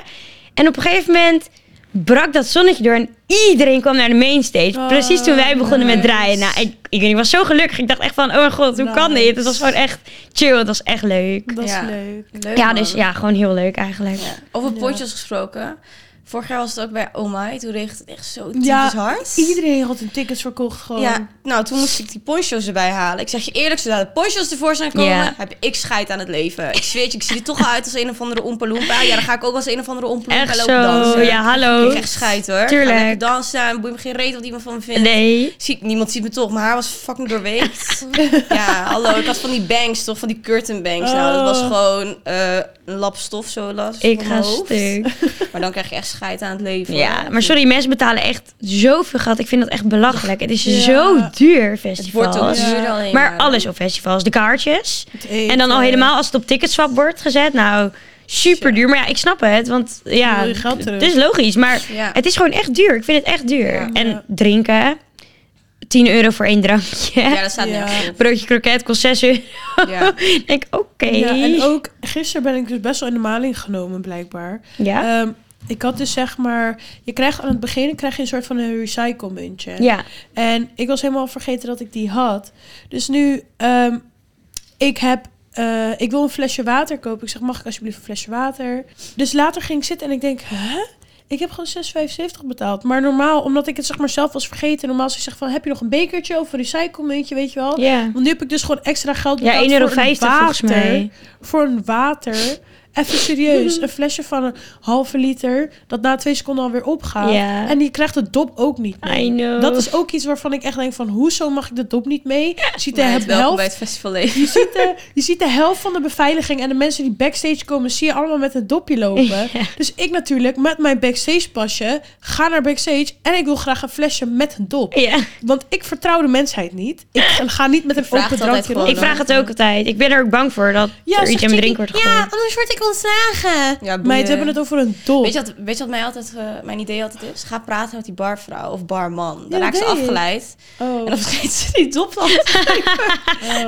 Speaker 2: En op een gegeven moment brak dat zonnetje door en iedereen kwam naar de mainstage.
Speaker 3: Oh,
Speaker 2: Precies toen wij begonnen met
Speaker 3: nice.
Speaker 2: draaien. Nou, ik, ik, weet niet, ik was zo gelukkig. Ik dacht echt van, oh mijn god, hoe kan
Speaker 3: Nice.
Speaker 2: dit? Het was gewoon echt chill, het was echt leuk.
Speaker 3: Dat is
Speaker 1: Ja.
Speaker 3: leuk.
Speaker 1: Leuk,
Speaker 2: ja,
Speaker 1: man.
Speaker 2: dus ja, gewoon heel leuk eigenlijk.
Speaker 1: Ja. Over
Speaker 3: Ja.
Speaker 1: potjes gesproken. Vorig jaar was het ook bij Oh My. Toen regent het echt zo typisch
Speaker 3: Ja,
Speaker 1: hard.
Speaker 3: Iedereen had hun tickets verkocht gewoon.
Speaker 1: Ja, nou toen moest ik die poncho's erbij halen. Ik zeg je eerlijk, zodra de poncho's tevoorschijn komen,
Speaker 2: Ja.
Speaker 1: heb ik scheid aan het leven. Ik zweer het je, ik zie er toch al uit als een of andere Oompa Loompa. Ja, dan ga ik ook als een of andere Oompa Loompa
Speaker 2: Echt
Speaker 1: lopen
Speaker 2: zo,
Speaker 1: dansen.
Speaker 2: ja, hallo.
Speaker 1: Ik krijg echt scheid hoor.
Speaker 2: Tuurlijk.
Speaker 1: Ga lekker dansen en boeit me geen reet wat iemand van me vindt.
Speaker 2: Nee.
Speaker 1: Zie, ik- niemand ziet me toch, mijn haar was fucking doorweekt. (laughs) ja, hallo, ik had van die bangs toch, van die curtain bangs. Nou, dat was
Speaker 3: Oh.
Speaker 1: gewoon eh, een lap stof zo las
Speaker 2: Ik
Speaker 1: van
Speaker 2: ga
Speaker 1: mijn hoofd.
Speaker 2: stuk.
Speaker 1: (laughs) Maar dan krijg je echt scheid aan het leven.
Speaker 2: Ja, maar sorry, mensen betalen echt zoveel geld. Ik vind dat echt belachelijk. Het is
Speaker 3: Ja.
Speaker 2: zo duur,
Speaker 1: Het wordt ook
Speaker 2: festivals.
Speaker 3: Ja.
Speaker 1: duurder alleen
Speaker 2: Maar alles op festivals, de kaartjes.
Speaker 3: Het eten.
Speaker 2: En dan al helemaal als het op ticketswap wordt gezet. Nou, super duur. Maar ja, ik snap het. Want ja,
Speaker 3: wil je geld terug.
Speaker 2: het is logisch. Maar
Speaker 1: Ja.
Speaker 2: het is gewoon echt duur. Ik vind het echt duur.
Speaker 1: Ja.
Speaker 2: En drinken, 10 euro voor één drankje.
Speaker 1: Ja, dat staat
Speaker 3: Ja.
Speaker 1: nergens op.
Speaker 2: (laughs) Broodje kroket kost 6 euro. (laughs)
Speaker 1: Ja.
Speaker 2: Ik denk, oké.
Speaker 3: Ja,
Speaker 2: Ja,
Speaker 3: en ook gisteren ben ik dus best wel in de maling genomen, blijkbaar.
Speaker 1: eh,
Speaker 2: ja?
Speaker 3: Ehm, ik had dus zeg maar, je krijgt aan het begin krijg je een soort van een recycle muntje. En ik was helemaal vergeten dat ik die had. Dus nu, ehm, ik heb, eh, ik wil een flesje water kopen. Ik zeg, mag ik alsjeblieft een flesje water? Dus later ging ik zitten en ik denk, hè? Ik heb gewoon 6,75 betaald. Maar normaal, omdat ik het zeg maar zelf was vergeten. Normaal als ik zeg van, heb je nog een bekertje of een recyclemuntje, weet je wel?
Speaker 2: ja.
Speaker 3: Want nu heb ik dus gewoon extra geld
Speaker 2: Ja,
Speaker 3: betaald
Speaker 2: 1,50 euro
Speaker 3: voor een water,
Speaker 2: volgens mij.
Speaker 3: Voor een water. Even
Speaker 2: (laughs)
Speaker 3: serieus. een flesje van een halve liter. Dat na twee seconden alweer opgaat.
Speaker 2: Ja.
Speaker 3: En die krijgt de dop ook niet mee.
Speaker 2: I know.
Speaker 3: Dat is ook iets waarvan ik echt denk van... Hoezo mag ik de dop niet mee? Je ziet de,
Speaker 1: Maar welkom bij
Speaker 3: helft,
Speaker 1: het festivalleven.
Speaker 3: je ziet de, je ziet de helft van de beveiliging... en de mensen die backstage komen... zie je allemaal met een dopje lopen. Dus ik natuurlijk met mijn backstage pasje... ga naar backstage... en ik wil graag een flesje met een dop.
Speaker 2: Ja.
Speaker 3: Want ik vertrouw de mensheid
Speaker 1: (laughs)
Speaker 3: niet. Ik ga niet met een
Speaker 1: vraagt
Speaker 3: open
Speaker 1: altijd
Speaker 3: drankje
Speaker 1: gewoon
Speaker 3: rond.
Speaker 2: Ik vraag het ook altijd. Ik ben er ook bang voor dat er
Speaker 3: Ja, zegt
Speaker 2: iets in mijn drink
Speaker 3: Jackie,
Speaker 2: wordt gegooid.
Speaker 4: anders word ik ontslagen.
Speaker 1: Ja,
Speaker 3: Meid,
Speaker 1: boeien.
Speaker 3: we hebben het over een dop.
Speaker 1: Weet je, wat, weet je wat mij altijd, eh, mijn idee altijd is? Ga praten met die barvrouw of barman. Dan
Speaker 3: Ja,
Speaker 1: raak ze
Speaker 3: dat deed ik.
Speaker 1: afgeleid.
Speaker 3: oh.
Speaker 1: En dan vergeet ze die dop dan.
Speaker 2: (laughs)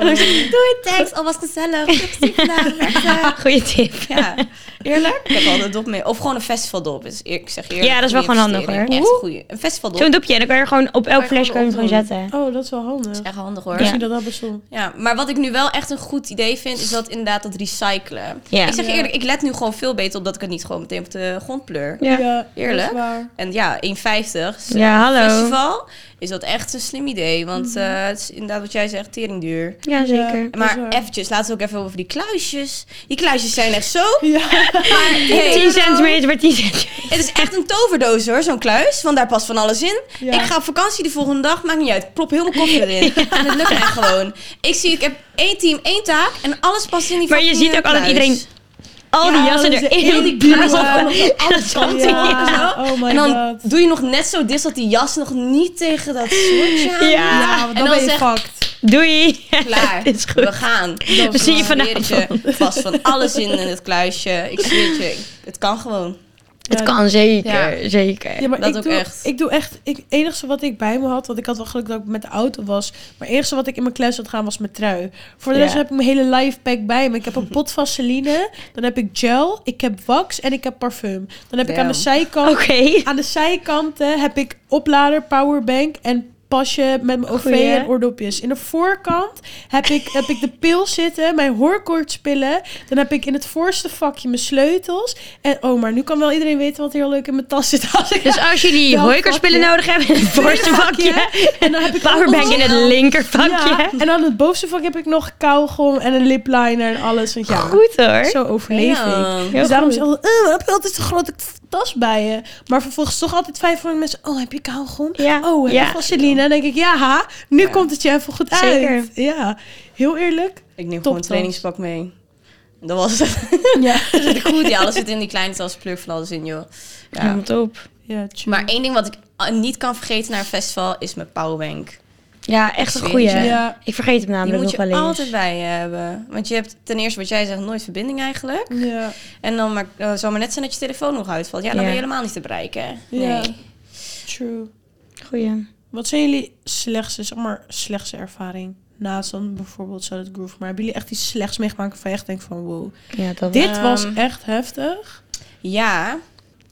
Speaker 2: Oh.
Speaker 4: Doei, thanks. Al oh, was gezellig. Tot ziens.
Speaker 2: (laughs) Goeie tip.
Speaker 1: Ja, eerlijk? Ik heb altijd dop mee. Of gewoon een festivaldop. Dus eer- ik zeg eerlijk.
Speaker 2: Ja, dat is wel
Speaker 1: goede
Speaker 2: gewoon handig,
Speaker 1: investering.
Speaker 2: hoor.
Speaker 1: Echt goeie. Een festivaldop
Speaker 2: Zo'n dopje. En dan kan je er gewoon op elk
Speaker 1: Kan je
Speaker 2: flesje kan
Speaker 1: gewoon
Speaker 2: je hem gewoon
Speaker 1: opdoen.
Speaker 2: zetten.
Speaker 3: oh, dat is wel handig.
Speaker 1: is echt handig hoor.
Speaker 3: Ik
Speaker 1: Ja.
Speaker 3: zie dat dat bestond.
Speaker 1: maar wat ik nu wel echt een goed idee vind, is dat inderdaad dat recyclen.
Speaker 2: Ja.
Speaker 1: Ik zeg je
Speaker 3: Ja.
Speaker 1: eerlijk, ik let nu gewoon veel beter op dat ik het niet gewoon meteen op de grond pleur.
Speaker 2: Ja.
Speaker 1: Eerlijk?
Speaker 3: dat is waar.
Speaker 1: En ja, 1,50 is een
Speaker 2: Ja, hallo.
Speaker 1: festival is dat echt een slim idee. Want eh, het is inderdaad wat jij zegt, tering duur.
Speaker 2: Ja, zeker.
Speaker 3: Mhm. Dat is
Speaker 1: Maar
Speaker 3: waar.
Speaker 1: eventjes, laten we ook even over die kluisjes. Die kluisjes zijn echt zo.
Speaker 3: Ja.
Speaker 1: (laughs) Maar, hey,
Speaker 2: 10 centimeter bij 10 centimeter.
Speaker 1: Het is echt een toverdoos hoor, zo'n kluis. Want daar past van alles in.
Speaker 3: Ja.
Speaker 1: Ik ga op vakantie de volgende dag, maakt niet uit. Plop heel mijn koffer
Speaker 3: (laughs)
Speaker 1: erin. En het lukt mij gewoon. Ik zie, ik heb één team, één taak. En alles past in die
Speaker 2: Maar je
Speaker 1: fucking,
Speaker 2: ziet ook
Speaker 1: eh,
Speaker 2: altijd
Speaker 1: kluis.
Speaker 2: iedereen- Al die
Speaker 3: Ja,
Speaker 2: jassen
Speaker 3: dat is
Speaker 2: erin.
Speaker 3: heel Oh, die
Speaker 2: (laughs)
Speaker 3: kluis allemaal op de
Speaker 2: Dat is
Speaker 3: Ja.
Speaker 2: altijd-
Speaker 1: zo.
Speaker 3: Oh my
Speaker 1: en dan
Speaker 3: god.
Speaker 1: doe je nog net zo dis dat die jas nog niet tegen dat
Speaker 2: (laughs)
Speaker 1: soortje aan.
Speaker 2: Ja.
Speaker 3: Ja, want
Speaker 1: en
Speaker 3: Nou, dan,
Speaker 1: dan
Speaker 3: ben je
Speaker 1: zeg-
Speaker 3: fucked.
Speaker 2: Doei.
Speaker 1: Klaar,
Speaker 2: Dit (laughs) is goed.
Speaker 1: we gaan.
Speaker 2: We zien je
Speaker 1: Ik zweer
Speaker 2: vanavond.
Speaker 1: het je, vast van alles in in het kluisje. Ik zweer het je, ik- het kan gewoon.
Speaker 2: Het kan zeker,
Speaker 1: Ja.
Speaker 2: zeker.
Speaker 3: Ja, maar
Speaker 1: Dat
Speaker 3: ik
Speaker 1: ook
Speaker 3: doe,
Speaker 1: echt.
Speaker 3: Ik doe echt... Ik, het enige wat ik bij me had... Want ik had wel geluk dat ik met de auto was. Maar het enige wat ik in mijn kluis had gaan was mijn trui. Voor de rest
Speaker 2: Ja.
Speaker 3: heb ik mijn hele lifepack bij me. Ik
Speaker 1: (laughs)
Speaker 3: heb een pot vaseline. Dan heb ik gel. Ik heb wax. En ik heb parfum. Dan heb ik aan de
Speaker 1: Damn.
Speaker 3: zijkant...
Speaker 2: Oké.
Speaker 3: Aan de zijkanten heb ik oplader, powerbank en pasje met mijn OV
Speaker 2: Goeie.
Speaker 3: en oordopjes. In de voorkant heb ik, heb ik de pil zitten, mijn hoorkoortspillen. Dan heb ik in het voorste vakje mijn sleutels. En oh, maar nu kan wel iedereen weten wat heel leuk in mijn tas zit. Als ik
Speaker 2: Dus als jullie
Speaker 3: Welk
Speaker 2: hooikerspullen
Speaker 3: vakje?
Speaker 2: nodig hebben in het voorste vakje.
Speaker 3: En dan heb ik
Speaker 2: Powerbank in het linker
Speaker 3: Ja,
Speaker 2: vakje.
Speaker 3: en aan het bovenste vakje heb ik nog kauwgom en een lipliner en alles. Want ja,
Speaker 2: Goed hoor.
Speaker 3: zo overleef ik.
Speaker 1: Ja.
Speaker 2: Heel
Speaker 3: dus daarom
Speaker 2: goed.
Speaker 3: is altijd, eh, heb je altijd zo'n grote tas bij je? Maar vervolgens toch altijd twijfelen van mensen. Oh, heb je kauwgom?
Speaker 2: Ja.
Speaker 3: Oh, heb
Speaker 2: Ja.
Speaker 3: je vaseline? Dan denk ik, ja, ha, nu komt het je even goed uit.
Speaker 2: Zeker.
Speaker 3: Ja, heel eerlijk.
Speaker 1: Ik neem gewoon een
Speaker 3: Toptas.
Speaker 1: trainingspak mee. En Dat was het.
Speaker 3: Ja,
Speaker 1: Dat (laughs) is goed, (laughs) ja, alles zit in die kleine tas, pleur van alles in, joh. Ja.
Speaker 2: Ja, top.
Speaker 3: ja chill.
Speaker 1: Maar één ding wat ik eh, niet kan vergeten naar een festival is mijn powerbank.
Speaker 2: Ja, echt een
Speaker 1: Serieus,
Speaker 2: goeie.
Speaker 1: hè?
Speaker 3: Ja.
Speaker 2: Ik vergeet hem
Speaker 1: Die
Speaker 2: namelijk
Speaker 1: moet
Speaker 2: nog wel
Speaker 1: je
Speaker 2: eens.
Speaker 1: altijd bij je hebben. Want je hebt ten eerste, wat jij zegt, nooit verbinding eigenlijk.
Speaker 3: ja.
Speaker 1: En dan maar, eh, zal maar net zijn dat je telefoon nog uitvalt. Ja, dan
Speaker 2: Ja.
Speaker 1: ben je helemaal niet te bereiken. hè? Nee.
Speaker 3: Ja. true.
Speaker 2: Goeie.
Speaker 3: Wat zijn jullie slechtste, zeg maar, slechtste ervaring? Naast dan bijvoorbeeld Solid Groove. Maar hebben jullie echt iets slechts meegemaakt waarvan je echt denkt van wow.
Speaker 2: Ja, dat
Speaker 3: Dit was
Speaker 1: Ehm,
Speaker 3: echt heftig.
Speaker 1: Ja.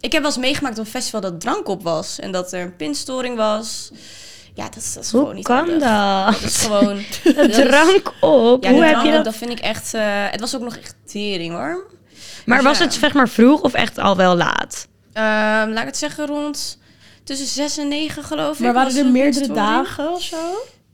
Speaker 1: Ik heb wel eens meegemaakt op een festival dat drank op was. En dat er een pinstoring was. Ja, dat, is- dat is gewoon
Speaker 2: Hoe
Speaker 1: niet
Speaker 2: kan
Speaker 1: handig.
Speaker 2: dat?
Speaker 1: Dat is
Speaker 2: (laughs)
Speaker 1: gewoon... dat is-
Speaker 2: Drank op?
Speaker 1: Ja,
Speaker 2: Hoe
Speaker 1: de
Speaker 2: heb
Speaker 1: drank
Speaker 2: je
Speaker 1: op,
Speaker 2: dat?
Speaker 1: dat vind ik echt... eh, het was ook nog echt tering, hoor.
Speaker 2: Maar
Speaker 1: Dus
Speaker 2: was
Speaker 1: ja.
Speaker 2: het zeg maar vroeg of echt al wel laat?
Speaker 1: Ehm, laat ik het zeggen, rond tussen 6 en 9 geloof ik.
Speaker 3: Maar waren
Speaker 1: was
Speaker 3: er
Speaker 1: een
Speaker 3: meerdere
Speaker 1: pinstoring.
Speaker 3: dagen of zo?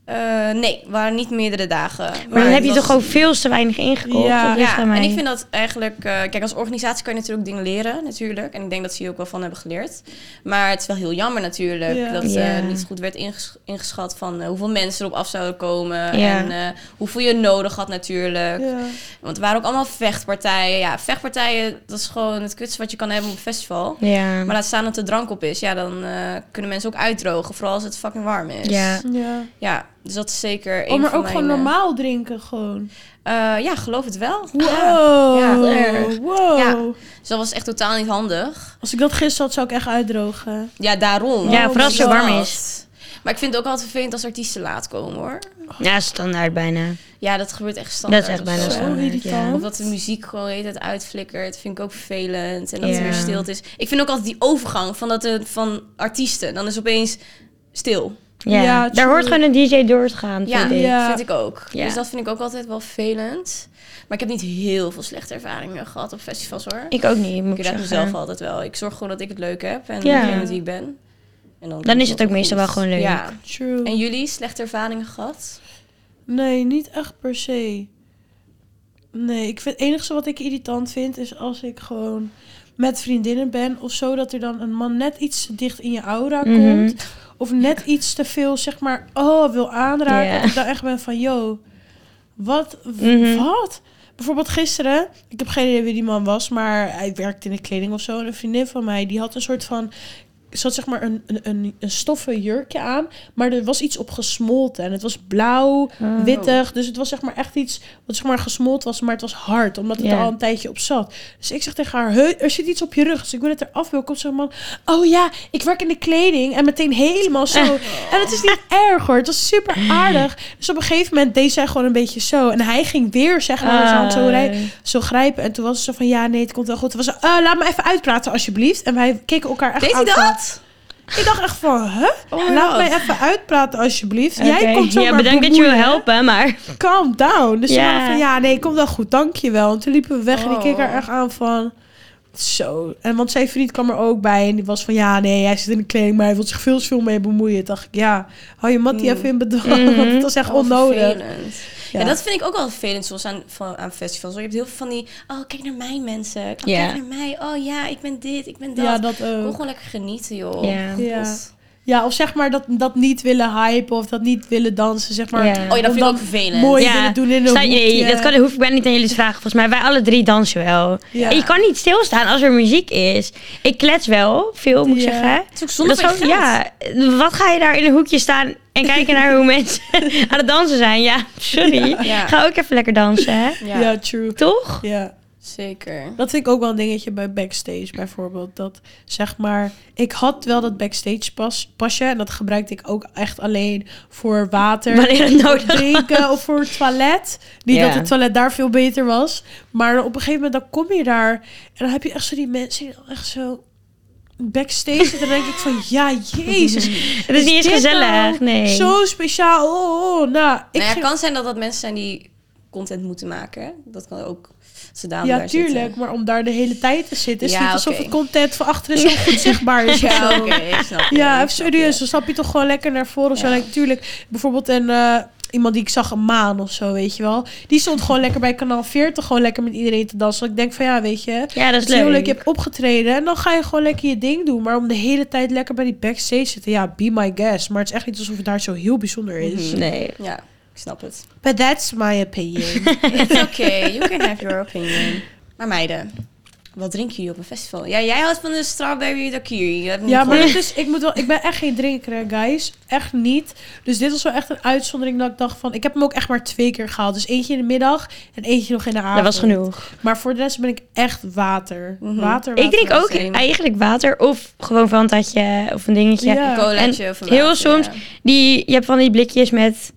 Speaker 1: Eh, nee, waren niet meerdere dagen.
Speaker 2: Maar dan heb je
Speaker 1: het
Speaker 2: toch
Speaker 1: was-
Speaker 2: ook veel te weinig ingekocht.
Speaker 3: Ja.
Speaker 2: dat ligt
Speaker 1: Ja,
Speaker 2: aan mij.
Speaker 1: en ik vind dat eigenlijk... eh, kijk, als organisatie kan je natuurlijk dingen leren, natuurlijk. En ik denk dat ze hier ook wel van hebben geleerd. Maar het is wel heel jammer natuurlijk
Speaker 3: Ja.
Speaker 1: dat eh,
Speaker 2: Ja.
Speaker 1: niet goed werd ingesch- ingeschat... van eh, hoeveel mensen erop af zouden komen.
Speaker 2: Ja.
Speaker 1: En eh, hoeveel je nodig had natuurlijk.
Speaker 3: Ja.
Speaker 1: Want er waren ook allemaal vechtpartijen. Ja, vechtpartijen, dat is gewoon het kutste wat je kan hebben op een festival.
Speaker 2: Ja.
Speaker 1: Maar laat staan dat er drank op is. Ja, dan eh, kunnen mensen ook uitdrogen. Vooral als het fucking warm is.
Speaker 2: Ja.
Speaker 3: ja.
Speaker 1: Ja, dus dat is zeker een
Speaker 3: Oh, maar
Speaker 1: van
Speaker 3: ook
Speaker 1: mijn,
Speaker 3: gewoon
Speaker 1: eh,
Speaker 3: normaal drinken gewoon.
Speaker 1: eh, ja, geloof het wel.
Speaker 3: Wow.
Speaker 1: Ja, heel
Speaker 2: erg.
Speaker 3: wow.
Speaker 1: Ja. Dus dat was echt totaal niet handig.
Speaker 3: Als ik dat gisteren had, zou ik echt uitdrogen.
Speaker 1: Ja, daarom.
Speaker 2: Ja, vooral als het zo warm
Speaker 1: Dat.
Speaker 2: is.
Speaker 1: Maar ik vind het ook altijd vervelend als artiesten laat komen, hoor.
Speaker 2: ja, standaard bijna.
Speaker 1: Ja, dat gebeurt echt
Speaker 2: Dat
Speaker 1: standaard.
Speaker 2: is echt
Speaker 1: of
Speaker 2: bijna
Speaker 1: zo.
Speaker 3: Zo
Speaker 2: standaard. Ja.
Speaker 3: irritant.
Speaker 1: Of dat de muziek gewoon de hele tijd uitflikkert. Vind ik ook vervelend. En dat het
Speaker 2: Ja.
Speaker 1: weer stilte is. Ik vind ook altijd die overgang van, dat, eh, van artiesten. Dan is opeens stil.
Speaker 2: Ja.
Speaker 3: Ja, true.
Speaker 2: Daar hoort gewoon een DJ door te gaan.
Speaker 1: Ja,
Speaker 2: Vind ik.
Speaker 3: Ja.
Speaker 1: vind ik ook.
Speaker 2: Ja.
Speaker 1: Dus dat vind ik ook altijd wel vervelend. Maar ik heb niet heel veel slechte ervaringen gehad op festivals hoor. Ik,
Speaker 2: Ik ook niet. Moet ik
Speaker 1: red
Speaker 2: zeggen.
Speaker 1: mezelf altijd wel. Ik zorg gewoon dat ik het leuk heb en
Speaker 2: Ja.
Speaker 1: degene met wie ik ben. En
Speaker 2: Dan is het ook meestal wel gewoon leuk.
Speaker 1: Ja.
Speaker 3: True.
Speaker 1: En jullie slechte ervaringen gehad?
Speaker 3: Nee, niet echt per se. Nee, ik vind het enige wat ik irritant vind is als ik gewoon met vriendinnen ben of zo, dat er dan een man net iets te dicht in je aura
Speaker 2: Mhm.
Speaker 3: komt. Of net iets te veel, zeg maar, oh, wil aanraken.
Speaker 2: Ja.
Speaker 3: Dat ik dan echt ben van, yo, wat, w-
Speaker 2: Mhm.
Speaker 3: wat? Bijvoorbeeld gisteren, ik heb geen idee wie die man was, maar hij werkte in de kleding of zo. En een vriendin van mij, die had een soort van ze had zeg maar een, een, een, een stoffen jurkje aan, maar er was iets op gesmolten. En het was blauw,
Speaker 2: Oh.
Speaker 3: wittig. Dus het was zeg maar echt iets wat zeg maar gesmolten was, maar het was hard, omdat het
Speaker 2: Ja.
Speaker 3: er al een tijdje op zat. Dus ik zeg tegen haar, "Heu, er zit iets op je rug. Dus ik wil het eraf wil. Komt zo'n man, oh ja, ik werk in de kleding. En meteen helemaal
Speaker 2: Ah.
Speaker 3: zo. En het is niet erg hoor, het was super aardig. Dus op een gegeven moment deed zij gewoon een beetje zo. En hij ging weer zeg maar met zijn hand zo
Speaker 2: Ah.
Speaker 3: rijden zo grijpen. En toen was ze zo van, ja, nee, het komt wel goed. Toen was ze, "Eh, laat me even uitpraten alsjeblieft. En wij keken elkaar echt
Speaker 1: Deed hij
Speaker 2: oh,
Speaker 1: Oh,
Speaker 3: aan van- Ik dacht echt van, hè? laat mij even uitpraten alsjeblieft. Jij
Speaker 2: Oké.
Speaker 3: komt zo
Speaker 2: Ja, bedankt dat je wil helpen, maar...
Speaker 3: Calm down. Dus ze
Speaker 2: Ja.
Speaker 3: waren van, ja, nee, komt wel goed, dank je wel. En toen liepen we weg en ik keek haar
Speaker 1: Oh.
Speaker 3: echt aan van... Zo. En want zijn vriend kwam er ook bij. En die was van, ja, nee, hij zit in de kleding, maar hij wil zich veel te veel mee bemoeien. Dacht ik, ja, hou je mattie even in bedwang. (laughs) Want het was echt
Speaker 1: Mm. Oh,
Speaker 3: onnodig.
Speaker 1: vervelend.
Speaker 3: Ja.
Speaker 1: Ja. dat vind ik ook wel vervelend soms aan, van, aan festivals. hoor. Je hebt heel veel van die, oh kijk naar mij mensen. Oh,
Speaker 2: Ja.
Speaker 1: Kijk naar mij. Oh ja, ik ben dit, ik ben dat.
Speaker 3: Ja, dat
Speaker 1: Kom
Speaker 3: ook.
Speaker 1: gewoon lekker genieten joh.
Speaker 2: Ja.
Speaker 3: Ja.
Speaker 1: God.
Speaker 3: Ja, of zeg maar dat, dat niet willen hypen of dat niet willen dansen, zeg maar.
Speaker 2: Ja.
Speaker 1: Oh ja, dat vind ik
Speaker 3: Omdat
Speaker 1: ook vervelend.
Speaker 3: mooi- je willen doen in een
Speaker 2: Sta- nee,
Speaker 3: hoekje.
Speaker 2: dat kan, hoef ik bijna niet aan jullie te vragen. Volgens mij, wij alle drie dansen wel.
Speaker 3: Ja.
Speaker 2: En je kan niet stilstaan als er muziek is. Ik klets wel, veel moet ik
Speaker 3: Ja.
Speaker 2: zeggen.
Speaker 1: Het is ook zonde
Speaker 2: Dat
Speaker 1: van je
Speaker 2: is gewoon-
Speaker 1: geld.
Speaker 2: ja, wat ga je daar in een hoekje staan en kijken naar hoe
Speaker 1: (laughs)
Speaker 2: mensen aan het dansen zijn? Ja, sorry.
Speaker 1: Ja.
Speaker 2: Ga ook even lekker dansen, hè?
Speaker 1: Ja,
Speaker 3: Ja, true.
Speaker 2: Toch?
Speaker 3: Ja.
Speaker 1: zeker. Nou
Speaker 3: Dat vind ik ook wel een dingetje bij backstage bijvoorbeeld. Dat zeg maar, ik had wel dat backstage pas, pasje en dat gebruikte ik ook echt alleen voor water.
Speaker 2: Wanneer het
Speaker 3: voor
Speaker 2: nodig
Speaker 3: (laughs) drinken of voor het toilet. Niet
Speaker 2: Ja.
Speaker 3: dat het toilet daar veel beter was. Maar op een gegeven moment dan kom je daar en dan heb je echt zo die mensen die dan echt zo backstage zitten. En dan denk ik van ja,
Speaker 2: (laughs)
Speaker 3: jezus.
Speaker 2: Het is Dus niet eens
Speaker 3: dit
Speaker 2: gezellig,
Speaker 3: nou
Speaker 2: nee.
Speaker 3: Zo speciaal. Oh, oh, nou, ik
Speaker 1: nou ja,
Speaker 3: ging-
Speaker 1: kan zijn dat dat mensen zijn die content moeten maken. hè. Dat kan ook. dat Ze daarom
Speaker 3: Ja,
Speaker 1: daar
Speaker 3: tuurlijk.
Speaker 1: Zitten.
Speaker 3: Maar om daar de hele tijd te zitten, is
Speaker 1: Ja,
Speaker 3: niet alsof
Speaker 1: oké.
Speaker 3: het content van achteren zo
Speaker 1: (laughs)
Speaker 3: goed zichtbaar is. of zo.
Speaker 1: Ja,
Speaker 3: (laughs)
Speaker 1: oké, ik snap je, ik
Speaker 3: Ja, even
Speaker 1: snap
Speaker 3: serieus.
Speaker 1: je.
Speaker 3: Dan stap je toch gewoon lekker naar voren. of Zo,
Speaker 1: Ja.
Speaker 3: Like, tuurlijk, bijvoorbeeld een, eh, iemand die ik zag, een maan of zo, weet je wel. Die stond gewoon lekker bij kanaal 40, gewoon lekker met iedereen te dansen. Ik denk van ja, weet je, het
Speaker 2: Ja, dat is
Speaker 3: is heel
Speaker 2: leuk.
Speaker 3: leuk. Je hebt opgetreden en dan ga je gewoon lekker je ding doen. Maar om de hele tijd lekker bij die backstage zitten, ja, be my guest. Maar het is echt niet alsof het daar zo heel bijzonder is.
Speaker 2: Mm,
Speaker 1: Mhm.
Speaker 2: Nee.
Speaker 1: Ja, ik snap het.
Speaker 3: But that's my opinion.
Speaker 1: (laughs) It's oké, you can have your opinion. Maar meiden, wat drinken jullie op een festival? Ja, jij houdt van de strawberry daiquiri. Je hebt niet
Speaker 3: Ja, maar
Speaker 1: gehoord.
Speaker 3: het is, ik, moet wel, ik ben echt geen drinker, hè, guys. Echt niet. Dus dit was wel echt een uitzondering dat ik dacht van... Ik heb hem ook echt maar twee keer gehaald. Dus eentje in de middag en eentje nog in de avond.
Speaker 2: Dat was genoeg.
Speaker 3: Maar voor de rest ben ik echt water.
Speaker 1: Mhm.
Speaker 3: Water,
Speaker 2: Ik drink
Speaker 1: was
Speaker 2: ook
Speaker 1: één.
Speaker 2: eigenlijk water of gewoon fantatje of een dingetje.
Speaker 3: Ja.
Speaker 1: een colaatje of een
Speaker 2: heel
Speaker 1: water,
Speaker 2: soms-
Speaker 1: ja.
Speaker 2: Die, je hebt van die blikjes met...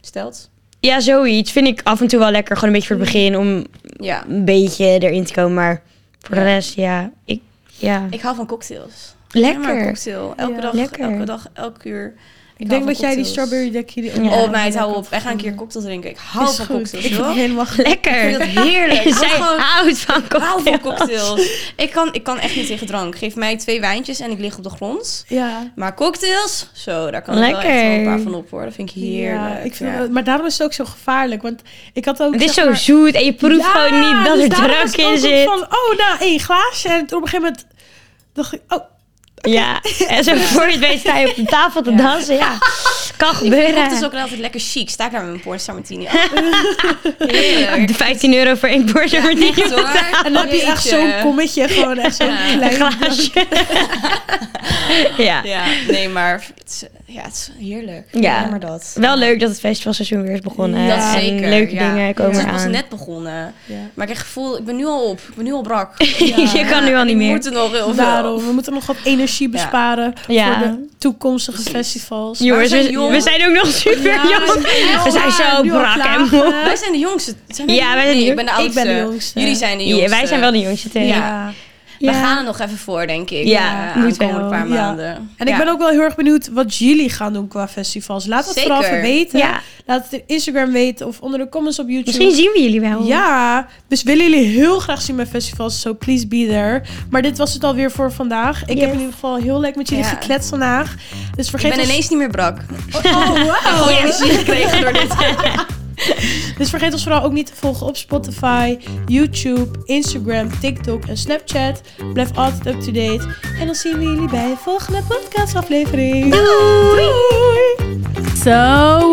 Speaker 1: Stelt?
Speaker 2: Ja, zoiets vind ik af en toe wel lekker. Gewoon een beetje voor het begin om
Speaker 1: Ja.
Speaker 2: een beetje erin te komen. Maar voor de rest, ja. Ik, ja.
Speaker 1: Ik hou van cocktails. Ja, maar een
Speaker 2: lekker.
Speaker 1: cocktail. Elke
Speaker 3: Ja.
Speaker 1: dag,
Speaker 2: Lekker.
Speaker 1: elke dag, elk uur.
Speaker 3: Ik
Speaker 1: hou
Speaker 3: denk
Speaker 1: van
Speaker 3: dat jij die
Speaker 1: cocktails.
Speaker 3: strawberry dekkie... die-
Speaker 2: Ja.
Speaker 1: oh meid, hou op. Wij gaan een keer cocktails drinken. Ik hou
Speaker 3: Is
Speaker 1: van
Speaker 3: goed.
Speaker 1: cocktails,
Speaker 3: Ik vind het
Speaker 1: joh.
Speaker 3: helemaal goed.
Speaker 2: Lekker.
Speaker 1: Ik vind dat heerlijk. Ik
Speaker 2: (laughs) Zij
Speaker 1: hou gewoon-
Speaker 2: houdt van
Speaker 1: Ik hou van
Speaker 2: cocktails.
Speaker 1: cocktails. Ik kan, ik kan echt niet tegen drank. Geef mij twee wijntjes en ik lig op de grond.
Speaker 3: Ja.
Speaker 1: Maar cocktails, zo, daar kan ik wel echt
Speaker 2: Lekker.
Speaker 1: wel een paar van op hoor. Dat vind ik heerlijk.
Speaker 3: Ja, ik vind
Speaker 1: Ja.
Speaker 3: dat- maar daarom is het ook zo gevaarlijk. Want ik had ook...
Speaker 2: Het is
Speaker 3: zeg
Speaker 2: zo
Speaker 3: maar-
Speaker 2: zoet en je proeft
Speaker 3: Ja,
Speaker 2: gewoon niet dat
Speaker 3: dus
Speaker 2: er
Speaker 3: daarom
Speaker 2: drank
Speaker 3: was ik
Speaker 2: in
Speaker 3: ook
Speaker 2: zit.
Speaker 3: Van, oh, nou, één glaasje. En toen op een gegeven moment dacht ik... Oh,
Speaker 1: (laughs)
Speaker 2: Ja, en zo voor je het weet sta je op de tafel te
Speaker 1: Ja.
Speaker 2: dansen.
Speaker 1: (laughs)
Speaker 2: Ja, kan
Speaker 1: Het is
Speaker 2: gebeuren.
Speaker 1: dus ook altijd lekker chic. Sta ik daar met mijn pornstar
Speaker 2: (laughs)
Speaker 1: martini. Oh. Heerlijk.
Speaker 2: De 15 euro voor één bordje wordt niet
Speaker 1: Echt hoor.
Speaker 3: (laughs) en dan heb je echt zo'n kommetje. Gewoon echt
Speaker 2: (laughs)
Speaker 3: zo'n
Speaker 1: Ja.
Speaker 2: een
Speaker 3: klein...
Speaker 2: glaasje. ja.
Speaker 1: Ja, nee, maar het is, ja, het is heerlijk.
Speaker 2: Ja.
Speaker 1: maar dat.
Speaker 2: wel leuk dat het festivalseizoen weer is begonnen.
Speaker 1: Dat
Speaker 2: en
Speaker 1: zeker.
Speaker 2: leuke
Speaker 1: ja. dus
Speaker 2: dingen
Speaker 1: Het
Speaker 2: komen
Speaker 1: is pas
Speaker 2: eraan.
Speaker 1: net begonnen.
Speaker 3: Ja.
Speaker 1: Maar ik heb het gevoel, ik ben nu al op. Ik ben nu al brak.
Speaker 2: (laughs) je kan nu al niet
Speaker 1: Ik
Speaker 2: meer.
Speaker 1: moet er nog heel veel.
Speaker 3: Daarom, we moeten nog wat energie besparen
Speaker 2: Ja.
Speaker 3: voor de toekomstige festivals.
Speaker 2: Jongens,
Speaker 1: zijn
Speaker 2: we,
Speaker 1: jong.
Speaker 2: we zijn ook nog super
Speaker 3: Ja,
Speaker 2: jong. We zijn zo
Speaker 3: nu al
Speaker 2: brak en
Speaker 3: klagen.
Speaker 2: moe.
Speaker 1: Wij zijn de jongste. Zijn wij
Speaker 2: Ja,
Speaker 1: de-
Speaker 2: wij zijn de
Speaker 1: nee, ik ben de
Speaker 3: jongste. Ik
Speaker 1: oudste.
Speaker 3: ben de jongste.
Speaker 1: Jullie zijn de jongste.
Speaker 2: Ja, wij zijn wel de jongste twee.
Speaker 1: Ja.
Speaker 2: Ja.
Speaker 1: We gaan er nog even voor, denk ik.
Speaker 2: Ja,
Speaker 1: eh,
Speaker 2: moet
Speaker 1: aankomende
Speaker 2: wel.
Speaker 1: paar
Speaker 3: Ja.
Speaker 1: maanden.
Speaker 3: En ik ben ook wel heel erg benieuwd wat jullie gaan doen qua festivals. Laat het
Speaker 1: Zeker.
Speaker 3: vooral even weten.
Speaker 2: Ja.
Speaker 3: Laat het in Instagram weten of onder de comments op YouTube.
Speaker 2: Misschien zien we jullie wel.
Speaker 3: Ja, dus willen jullie heel graag zien mijn festivals, so please be there. Maar dit was het alweer voor vandaag. Ik
Speaker 2: Yes.
Speaker 3: heb in ieder geval heel leuk met jullie
Speaker 1: Ja.
Speaker 3: gekletst vandaag. Dus
Speaker 1: Ik
Speaker 3: vergeet
Speaker 1: ben
Speaker 3: ons-
Speaker 1: ineens niet meer brak.
Speaker 3: Oh, wow.
Speaker 1: Gewoon energie gekregen door dit.
Speaker 3: Dus vergeet ons vooral ook niet te volgen op Spotify, YouTube, Instagram, TikTok en Snapchat. Blijf altijd up-to-date. En dan zien we jullie bij de volgende podcastaflevering. Doei!
Speaker 5: So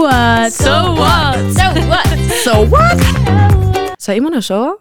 Speaker 5: what?
Speaker 1: So what?
Speaker 5: Sa imo na so?